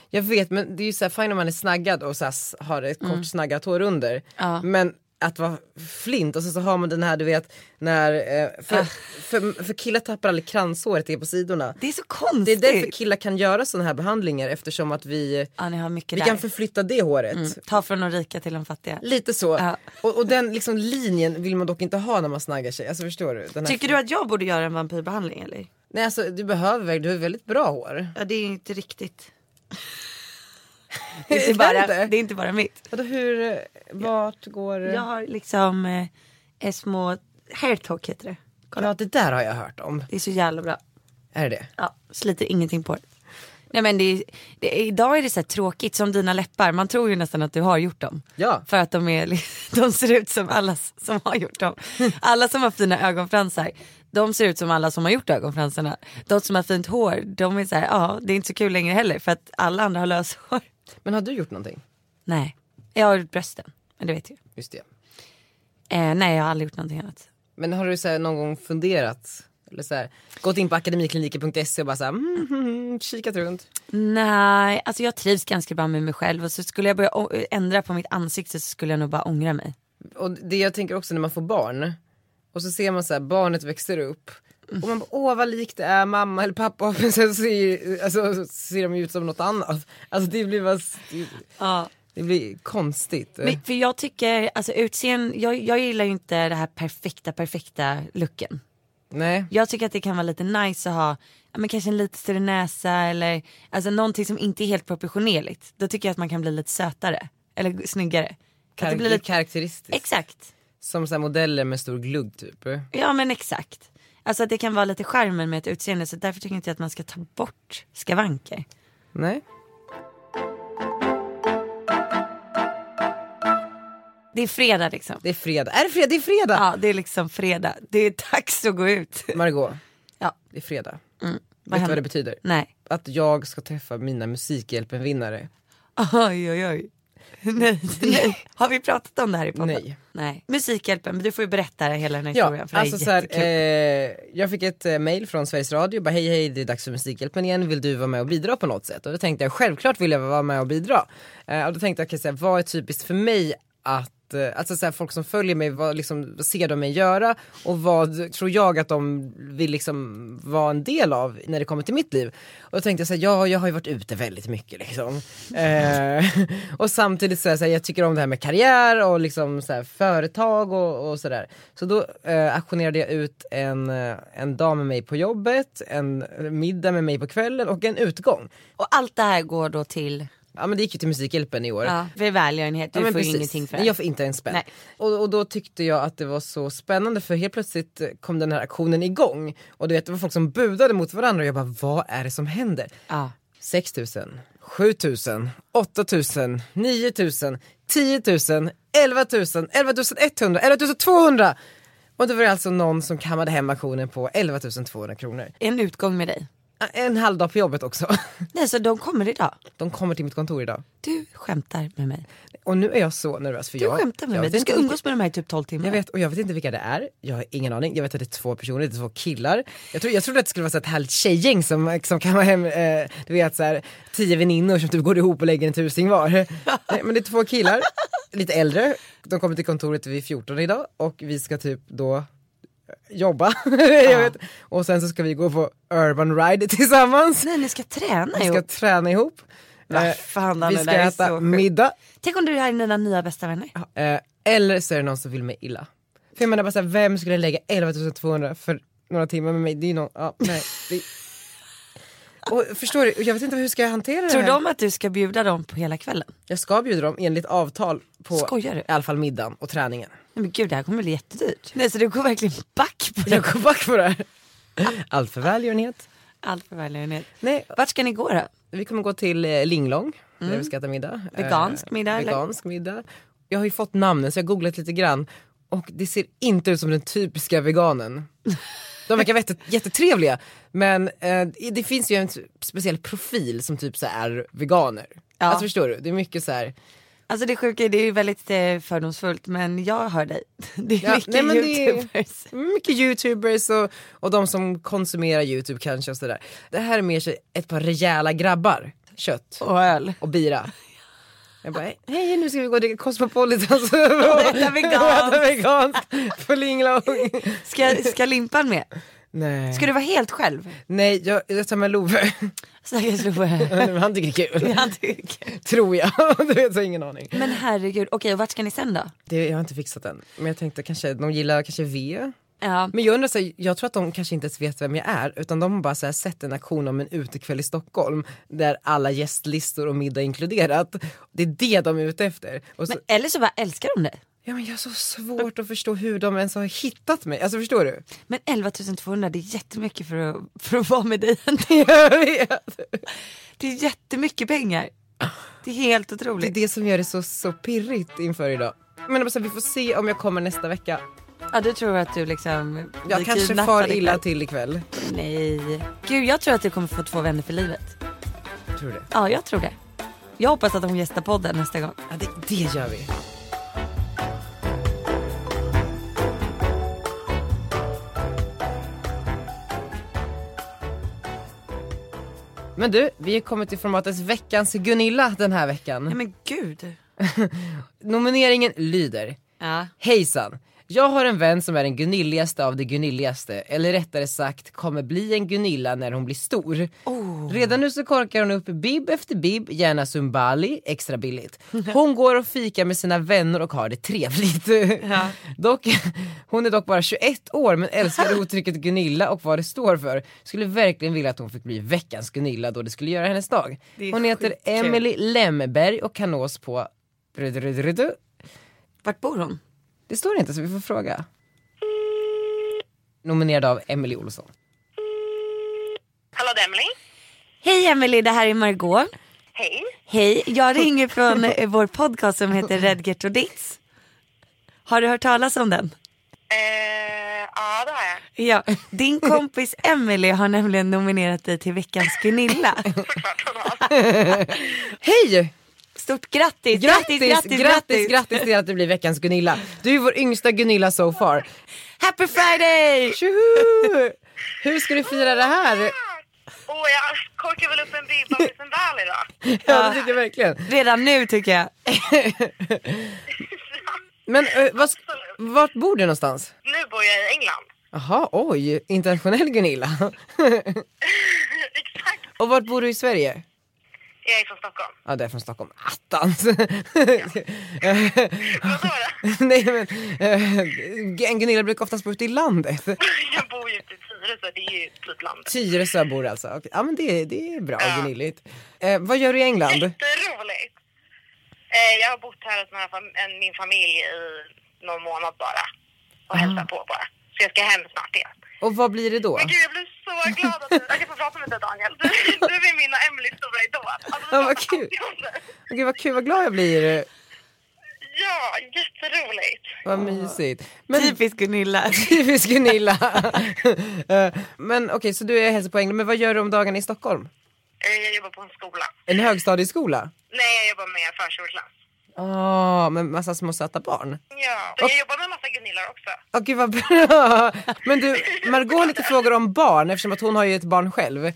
Speaker 1: Jag vet men det är ju såhär fine om man är snaggad och så här, s- har ett
Speaker 3: Mm.
Speaker 1: kort snaggat hår under. Men att vara flint och sen så har man den här du vet när, eh,
Speaker 3: Ah.
Speaker 1: för, för, för killar tappar aldrig kranshåret det är på sidorna.
Speaker 3: Det är så
Speaker 1: Det är
Speaker 3: konstigt.
Speaker 1: därför killar kan göra sådana här behandlingar eftersom att vi,
Speaker 3: ja ni har mycket
Speaker 1: vi
Speaker 3: där.
Speaker 1: kan förflytta det håret.
Speaker 3: Ta från de rika till de fattiga.
Speaker 1: Lite så.
Speaker 3: Mm. Ja.
Speaker 1: Och, och den liksom, linjen vill man dock inte ha när man snaggar sig. Alltså förstår du? Den här-
Speaker 3: Tycker du att jag borde göra en vampyrbehandling eller?
Speaker 1: Nej alltså du behöver, verkligen- du har väldigt bra hår.
Speaker 3: Ja det är ju inte riktigt.
Speaker 1: Det
Speaker 3: Det är, bara, det är inte bara mitt.
Speaker 1: Vadå hur, eh, vart går...
Speaker 3: Jag har liksom eh, eh, små hairtalk heter det.
Speaker 1: Ja det där har jag hört om.
Speaker 3: Det är så jävla bra.
Speaker 1: Är det
Speaker 3: Ja, sliter ingenting på det. Nej men det, är- det, är- idag är det så här tråkigt som dina läppar. Man tror ju nästan att du har gjort dem.
Speaker 1: Ja.
Speaker 3: För att de, är, li- de ser ut som alla s- som har gjort dem. Alla som har fina ögonfransar. de ser ut som alla som har gjort ögonfransarna. De som har fint hår, de är så här, ja det är inte så kul längre heller för att alla andra har löshår.
Speaker 1: Men har du gjort någonting?
Speaker 3: Nej, jag har gjort brösten, men det vet jag.
Speaker 1: Just det.
Speaker 3: Eh, nej jag har aldrig gjort någonting annat.
Speaker 1: Men har du så här, någon gång funderat? Eller så här, gått in på akademikliniker.se och bara så här, mm, mm, mm, kikat runt.
Speaker 3: Nej, alltså jag trivs ganska bra med mig själv och så skulle jag börja å- ändra på mitt ansikte så skulle jag nog bara ångra mig.
Speaker 1: Och det jag tänker också när man får barn och så ser man så här, barnet växer upp och man bara, åh vad likt det är mamma eller pappa men sen ser, alltså, så ser de ju ut som något annat. Alltså det blir bara,
Speaker 3: Ja.
Speaker 1: det blir konstigt.
Speaker 3: Men, för jag tycker, alltså utseende, jag, jag gillar ju inte det här perfekta, perfekta looken.
Speaker 1: Nej.
Speaker 3: Jag tycker att det kan vara lite nice att ha ja, men kanske en lite större näsa eller alltså någonting som inte är helt proportionerligt. Då tycker jag att man kan bli lite sötare eller g- snyggare. Att
Speaker 1: Kar-
Speaker 3: det blir
Speaker 1: lite
Speaker 3: lite...
Speaker 1: karaktäristiskt.
Speaker 3: Exakt,
Speaker 1: Som så här modeller med stor glugg typ.
Speaker 3: ja men exakt. Alltså att det kan vara lite charmen med ett utseende så därför tycker inte jag att man ska ta bort skavanker.
Speaker 1: Nej.
Speaker 3: Det är fredag liksom.
Speaker 1: Det är fredag. Är det fredag? Det är fredag!
Speaker 3: Ja det är liksom fredag, det är dags att gå ut.
Speaker 1: Margot.
Speaker 3: Ja.
Speaker 1: Det är fredag. Vet du
Speaker 3: händer?
Speaker 1: vad det betyder?
Speaker 3: Nej,
Speaker 1: Att jag ska träffa mina Musikhjälpen-vinnare.
Speaker 3: oj oj oj. Nej, nej. Har vi pratat om det här i podden?
Speaker 1: Nej.
Speaker 3: Nej. Musikhjälpen, men du får ju berätta hela den här
Speaker 1: Ja,
Speaker 3: historien för
Speaker 1: alltså
Speaker 3: det är
Speaker 1: så här,
Speaker 3: jättekul.
Speaker 1: eh, jag fick ett eh, mail från Sveriges Radio, bara hej hej det är dags för Musikhjälpen igen, vill du vara med och bidra på något sätt? Och då tänkte jag självklart vill jag vara med och bidra. Eh, och då tänkte jag, okay, så här, vad är typiskt för mig att, eh, alltså så här, folk som följer mig, vad liksom, vad ser de mig göra och vad tror jag att de vill liksom vara en del av när det kommer till mitt liv? Och då tänkte jag så här, ja jag har ju varit ute väldigt mycket liksom. Eh, och samtidigt så, här, så här, jag tycker om det här med karriär och liksom så här, företag och, och sådär. Så då eh, auktionerade jag ut en, eh, en dag med mig på jobbet, en middag med mig på kvällen och en utgång.
Speaker 3: Och allt det här går då till
Speaker 1: Ja men det gick ju till Musikhjälpen i år.
Speaker 3: ja. för välgörenhet, du
Speaker 1: Ja, men
Speaker 3: får ju
Speaker 1: precis.
Speaker 3: ingenting för det.
Speaker 1: Nej, Jag får inte en spänn.
Speaker 3: Nej.
Speaker 1: Och, och då tyckte jag att det var så spännande för helt plötsligt eh, kom den här aktionen igång. Och du vet det var folk som budade mot varandra och jag bara vad är det som händer?
Speaker 3: Ja.
Speaker 1: 6 000, 7 000, 8 000, 9 000, 10 000, 11 000, 11 100, 11 200! Och det var det alltså någon som kammade hem auktionen på 11 200 kronor.
Speaker 3: En utgång med dig.
Speaker 1: Ah, En halv dag på jobbet också.
Speaker 3: Nej så de kommer idag.
Speaker 1: De kommer till mitt kontor idag.
Speaker 3: Du skämtar med mig.
Speaker 1: Och nu är jag så nervös för
Speaker 3: Du
Speaker 1: jag,
Speaker 3: skämtar med
Speaker 1: jag
Speaker 3: mig.
Speaker 1: vet
Speaker 3: Du
Speaker 1: inte
Speaker 3: ska
Speaker 1: vilka-
Speaker 3: umgås med de här i typ 12 timmar.
Speaker 1: Jag vet, och jag vet inte vilka det är, jag har ingen aning. Jag vet att det är två personer, det är två killar. Jag, tror, jag trodde att det skulle vara så ett härligt tjejgäng som, som kan vara hem, eh, du vet så här, tio väninnor som typ går ihop och lägger en tusing var. Nej, men det är två killar, lite äldre, de kommer till kontoret vid 14 idag och vi ska typ då jobba. jag vet. Och sen så ska vi gå på urban ride tillsammans.
Speaker 3: Nej ni ska träna
Speaker 1: Vi ska
Speaker 3: ihop.
Speaker 1: träna ihop.
Speaker 3: Vad
Speaker 1: Eh,
Speaker 3: fan, Danne,
Speaker 1: vi
Speaker 3: det
Speaker 1: ska
Speaker 3: där är så
Speaker 1: äta
Speaker 3: sjukt.
Speaker 1: middag.
Speaker 3: Tänk om du är dina nya bästa vänner.
Speaker 1: Eh, eller så är det någon som vill mig illa. För jag menar bara såhär, vem skulle lägga 11 200 för några timmar med mig? Det är ju någon, ja nej. Det... Och förstår du, jag vet inte hur ska jag hantera
Speaker 3: Tror
Speaker 1: det här.
Speaker 3: de att du ska bjuda dem på hela kvällen?
Speaker 1: Jag ska bjuda dem enligt avtal på
Speaker 3: Skojar du?
Speaker 1: i alla fall middagen och träningen.
Speaker 3: Nej men gud det här kommer bli jättedyrt. Nej så du går verkligen back på det.
Speaker 1: Jag går back på det här. Allt för välgörenhet.
Speaker 3: Allt för välgörenhet.
Speaker 1: Nej,
Speaker 3: Vart ska ni gå då?
Speaker 1: vi kommer gå till eh, Linglong där vi ska äta middag.
Speaker 3: Mm.
Speaker 1: Eh,
Speaker 3: Vegansk middag, eller?
Speaker 1: Vegansk middag. Jag har ju fått namnen så jag har googlat lite grann och det ser inte ut som den typiska veganen. De verkar jätte, jättetrevliga men eh, det finns ju en speciell profil som typ så här är veganer.
Speaker 3: Ja.
Speaker 1: Alltså förstår du, det är mycket så här.
Speaker 3: Alltså det sjuka är, det är ju väldigt eh, fördomsfullt men jag hör dig. Det är
Speaker 1: Ja,
Speaker 3: mycket
Speaker 1: nej, men det är-
Speaker 3: youtubers.
Speaker 1: mycket youtubers och, och de som konsumerar youtube kanske och sådär. Det här är mer så ett par rejäla grabbar, kött.
Speaker 3: Och öl.
Speaker 1: och bira. Jag bara, hej nu ska vi gå och dricka Cosmopolitan och
Speaker 3: äta veganskt.
Speaker 1: äta veganskt på Linglong.
Speaker 3: Ska, ska Limpan med?
Speaker 1: Nej,
Speaker 3: Ska du vara helt själv?
Speaker 1: Nej jag, jag tar med Love.
Speaker 3: Stackars Love.
Speaker 1: Han tycker det är kul,
Speaker 3: Han tycker-
Speaker 1: tror jag. du vet, så jag har ingen aning.
Speaker 3: Men herregud, okej och vart ska ni sen då?
Speaker 1: Det, jag har inte fixat än. Men jag tänkte kanske, de gillar kanske V.
Speaker 3: Ja.
Speaker 1: Men jag undrar, så här, jag tror att de kanske inte ens vet vem jag är utan de har bara så här, sett en aktion om en utekväll i Stockholm där alla gästlistor och middag inkluderat. Det är det de är ute efter. Och så,
Speaker 3: Men, eller så bara älskar de dig.
Speaker 1: ja, men jag har så svårt att förstå hur de ens har hittat mig, alltså förstår du?
Speaker 3: Men 11 200 det är jättemycket för att, för att vara med dig.
Speaker 1: Jag vet.
Speaker 3: Det är jättemycket pengar. Det är helt
Speaker 1: Det är
Speaker 3: otroligt.
Speaker 1: det som gör det så, så pirrigt inför idag. Men alltså, vi får se om jag kommer nästa vecka.
Speaker 3: Ja, du tror att du liksom
Speaker 1: Jag
Speaker 3: blir
Speaker 1: kanske
Speaker 3: kidnappad
Speaker 1: far
Speaker 3: ikväll.
Speaker 1: illa till ikväll.
Speaker 3: Nej. Gud, jag tror att du kommer få två vänner för livet.
Speaker 1: Tror du det?
Speaker 3: Ja, jag tror det. Jag hoppas att de gästar podden nästa gång.
Speaker 1: Ja, det, det gör vi. Men du, vi har kommit till formatets veckans Gunilla den här
Speaker 3: Nej
Speaker 1: veckan.
Speaker 3: men gud.
Speaker 1: Nomineringen lyder
Speaker 3: Ja.
Speaker 1: Hejsan! Jag har en vän som är den gunilligaste av de gunilligaste, eller rättare sagt kommer bli en Gunilla när hon blir stor.
Speaker 3: Oh.
Speaker 1: Redan nu så korkar hon upp bib efter bib, gärna Zumbali, extra billigt. Hon går och fikar med sina vänner och har det trevligt. Dock, hon är dock bara 21 år men älskar uttrycket Gunilla och vad det står för. Skulle verkligen vilja att hon fick bli veckans Gunilla då det skulle göra hennes dag.
Speaker 3: Det är
Speaker 1: Hon heter
Speaker 3: skitkul.
Speaker 1: Emily Lemberg och kan nås på...
Speaker 3: Vart bor hon?
Speaker 1: Det står inte så vi får fråga. Nominerad av Emily Olsson.
Speaker 8: Hallå, det är Emily.
Speaker 3: Hej Emily, det här är Margot.
Speaker 8: Hej.
Speaker 3: Hej, jag ringer från eh, vår podcast som heter Redgert och Ditz. Har du hört talas om den?
Speaker 8: Eh, ja, det har jag.
Speaker 3: Ja, din kompis Emily har nämligen nominerat dig till veckans Gunilla.
Speaker 8: Såklart hon har.
Speaker 1: Hej!
Speaker 3: Stort grattis!
Speaker 1: Grattis, grattis, grattis, grattis till att du blir veckans Gunilla. Du är vår yngsta Gunilla so far.
Speaker 3: Happy Friday!
Speaker 1: Tjoho! Hur ska du fira det här?
Speaker 8: Åh, jag korkar väl upp en bibba med sin väl idag.
Speaker 1: Ja, det tycker jag verkligen.
Speaker 3: Redan nu tycker jag.
Speaker 1: Men eh, vad, sk- vart bor du någonstans?
Speaker 8: Nu bor jag i England.
Speaker 1: Jaha, oj, internationell Gunilla.
Speaker 8: Exakt.
Speaker 1: Och vart bor du i Sverige?
Speaker 8: Jag är från Stockholm.
Speaker 1: Ja, det är från Stockholm. Attans!
Speaker 8: Vad sa du?
Speaker 1: Nej men, eh, en Gunilla brukar oftast bo ute i landet.
Speaker 8: Jag bor ju ute i Tyresö, det är ju typ landet.
Speaker 1: Tyresö bor alltså. Okej. Ja men det, det är bra
Speaker 8: Ja.
Speaker 1: Gunilligt. Eh, vad gör du i England?
Speaker 8: Jätteroligt. Eh, jag har bott här hos några fam- en, min familj i någon månad bara. Och
Speaker 1: Ah.
Speaker 8: hälsat på bara. Så jag ska hem snart igen.
Speaker 1: Och vad blir det då?
Speaker 8: Men gud, jag blir så glad att, du, att jag får prata med dig Daniel. Du, du är min och Emilys stora idol. Alltså,
Speaker 1: Ja, vad
Speaker 8: jag pratar
Speaker 1: kul.
Speaker 8: alltid om dig.
Speaker 1: Gud vad kul, vad glad jag blir.
Speaker 8: Ja, jätteroligt.
Speaker 1: Vad mysigt. Men
Speaker 8: Typ-
Speaker 3: Typiskt Gunilla.
Speaker 1: typiskt Gunilla. Eh, men okej, så du är hälsar på England. Men vad gör du om dagarna i Stockholm?
Speaker 8: Eh, Jag jobbar på en skola.
Speaker 1: En högstadieskola?
Speaker 8: Nej, jag jobbar med förskoleklass.
Speaker 1: Ja, med massa små söta barn.
Speaker 8: Ja, så jag jobbar med en massa Gunillar också.
Speaker 1: Åh gud vad bra. Men du, Margot har lite frågor om barn eftersom att hon har ju ett barn själv.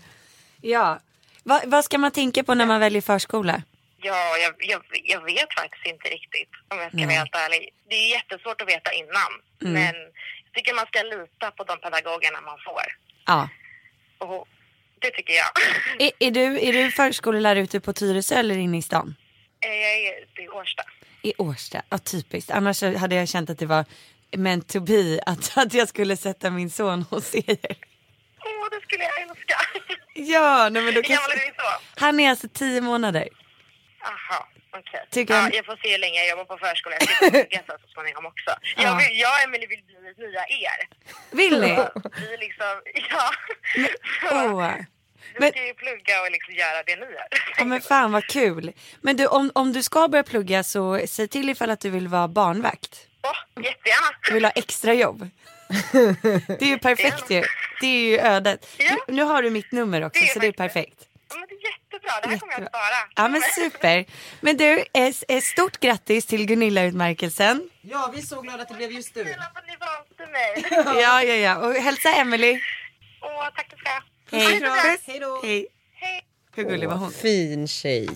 Speaker 3: Ja. Va, vad ska man tänka på när man väljer förskola?
Speaker 8: Ja, jag, jag, jag vet faktiskt inte riktigt om jag ska vara helt ärlig. Det är jättesvårt att veta innan, men jag tycker man ska lita på de pedagogerna man får.
Speaker 3: Ja.
Speaker 8: Och det tycker jag.
Speaker 3: Är, är, du, är du förskolelärare ute på Tyresö eller inne i stan?
Speaker 8: Eh, jag är i Årsta.
Speaker 3: I Årsta, ja typiskt. Annars så hade jag känt att det var meant to be att, att jag skulle sätta min son hos er.
Speaker 8: Åh, det skulle jag älska!
Speaker 3: Ja, nej men då
Speaker 8: Hur
Speaker 3: kan...
Speaker 8: gammal är din son?
Speaker 3: Han är alltså tio månader.
Speaker 8: Jaha, okej.
Speaker 3: Tycker
Speaker 8: Ja,
Speaker 3: han-
Speaker 8: jag får se hur länge jag jobbar på förskolan. Jag ska plugga så småningom också. Jag, vill, jag och Emelie vill bli nya er.
Speaker 3: Vill ni?
Speaker 8: Vi liksom, ja.
Speaker 3: Åh.
Speaker 8: Vi
Speaker 3: Men,
Speaker 8: ska ju plugga och liksom göra det ni gör.
Speaker 3: ja, men fan vad kul. Men du, om, om du ska börja plugga så säg till ifall att du vill vara barnvakt.
Speaker 8: Åh, jättegärna.
Speaker 3: Du vill ha extra jobb. Det är ju perfekt ju. Det är ju ödet.
Speaker 8: Ja.
Speaker 3: Nu, nu har du mitt nummer också
Speaker 8: Det är
Speaker 3: så det är
Speaker 8: faktiskt-
Speaker 3: perfekt.
Speaker 8: Ja, men det är jättebra. Det här kommer jag att
Speaker 3: Jättebra.
Speaker 8: spara.
Speaker 3: Ja men super. Men du, ett- ett stort grattis till Gunilla-utmärkelsen.
Speaker 1: Ja, vi är så glada att det blev just du.
Speaker 8: Snälla för att ni valde mig.
Speaker 3: Ja, ja, ja. Och hälsa Emily.
Speaker 8: Åh, tack du ska ha.
Speaker 3: Hej.
Speaker 1: Hej då.
Speaker 3: Hej.
Speaker 8: Hej.
Speaker 3: Hur gullig var hon?
Speaker 1: Fin tjej.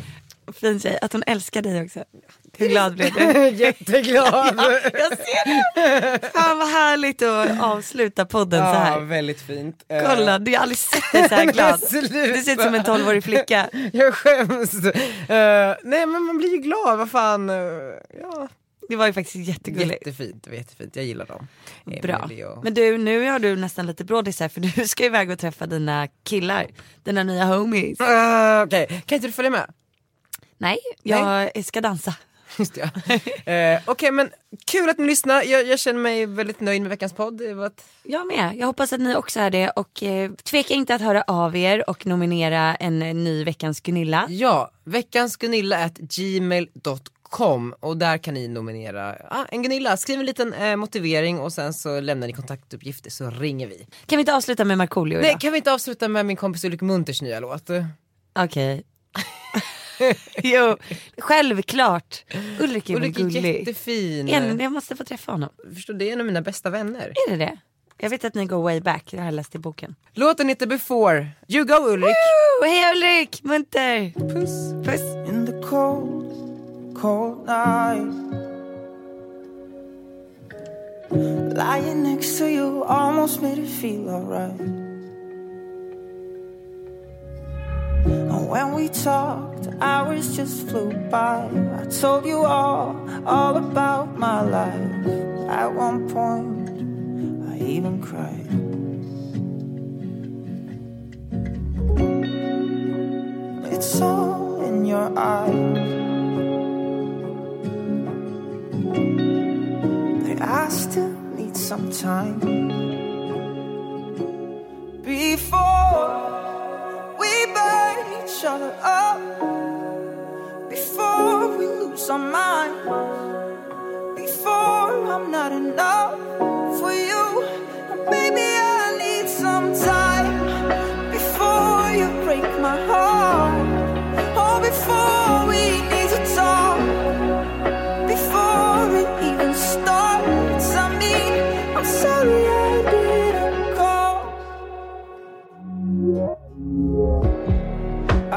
Speaker 3: Fin tjej. Att hon älskar dig också. Hur glad blev du?
Speaker 1: Jätteglad.
Speaker 3: Jag ser det. Fan vad härligt att avsluta podden så
Speaker 1: Ja,
Speaker 3: här.
Speaker 1: väldigt fint. Eh,
Speaker 3: Kolla, du har aldrig sett dig så här
Speaker 1: Men
Speaker 3: glad.
Speaker 1: sluta.
Speaker 3: Du ser ut som en 12-årig flicka.
Speaker 1: Jag skäms. Eh, nej men man blir ju glad, vad fan. eh, ja.
Speaker 3: Det var ju faktiskt jättegulligt.
Speaker 1: Jättefint, jättefint. Jag gillar dem.
Speaker 3: Bra.
Speaker 1: Emily och-
Speaker 3: Men du, nu har du nästan lite brådisar för du ska iväg och träffa dina killar. Dina nya homies.
Speaker 1: Eh, Okej, kan inte du följa med?
Speaker 3: Nej, jag ska dansa.
Speaker 1: Just det, ja. Eh, Okej men kul att ni lyssnar. Jag, jag känner mig väldigt nöjd med veckans podd. Det var ett-
Speaker 3: Jag med. Jag hoppas att ni också är det och eh, tveka inte att höra av er och nominera en eh, ny veckans Gunilla.
Speaker 1: Ja, veckans Gunilla at gmail.com gmail.com och där kan ni nominera ah, en Gunilla. Skriv en liten eh, motivering och sen så lämnar ni kontaktuppgifter så ringer vi.
Speaker 3: Kan vi inte avsluta med Markoolio
Speaker 1: Nej,
Speaker 3: idag?
Speaker 1: kan vi inte avsluta med min kompis Ulrik Munters nya låt?
Speaker 3: Okej. jo, självklart. Ulrik är väl
Speaker 1: Ulrik är
Speaker 3: gullig.
Speaker 1: jättefin.
Speaker 3: En, jag måste få träffa honom.
Speaker 1: Förstår, det är en av mina bästa vänner.
Speaker 3: Är det det? Jag vet att ni går way back, det har jag läst i boken.
Speaker 1: Låten heter Before. You go Ulrik.
Speaker 3: Oh, hej Ulrik, munter. Puss. Puss.
Speaker 9: in the cold, cold night. Lying next to you almost made it feel alright. And when we talked, hours just flew by. I told you all, all about my life. At one point, I even cried. It's all in your eyes. But I still need some time before we burn each other up, before we lose our minds, before I'm not enough for you. And Maybe I need some time before you break my heart. Oh, before we need to talk, before it even starts. I mean, I'm sorry I didn't call.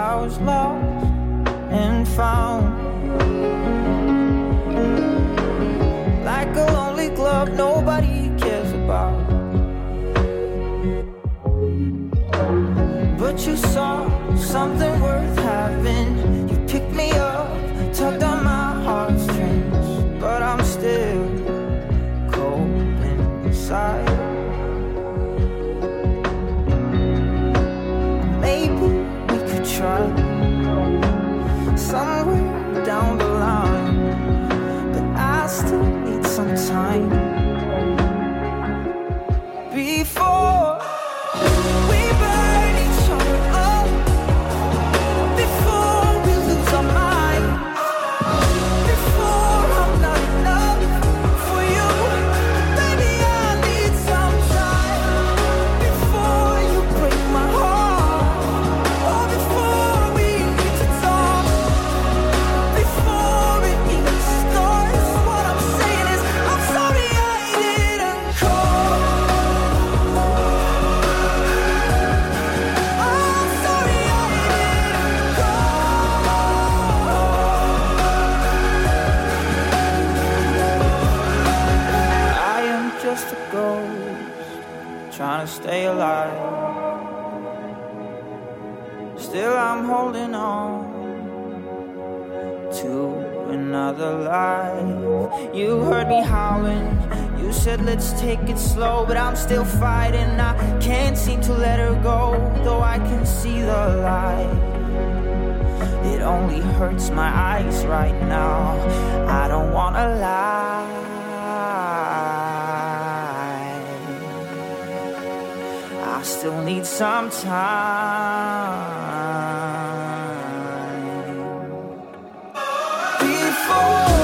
Speaker 9: I was lost and found. Like a lonely glove, nobody cares about. But you saw something worth having. You picked me up, tugged on my heartstrings. But I'm still cold inside. Maybe we could try somewhere down the line. But I still need some time before. We burn each other up before we lose our mind. Before I'm not enough for you, baby, I need some time before you break my heart, or before we need to talk, before it even starts. What I'm saying is, I'm sorry I didn't call. I'm sorry I didn't call. I am just a ghost trying to stay alive. Still, I'm holding on to another life. You heard me howling. You said, let's take it slow, but I'm still fighting. I can't seem to let her go, though I can see the light. It only hurts my eyes right now. I don't wanna lie. I still need some time before. Oh, Oh,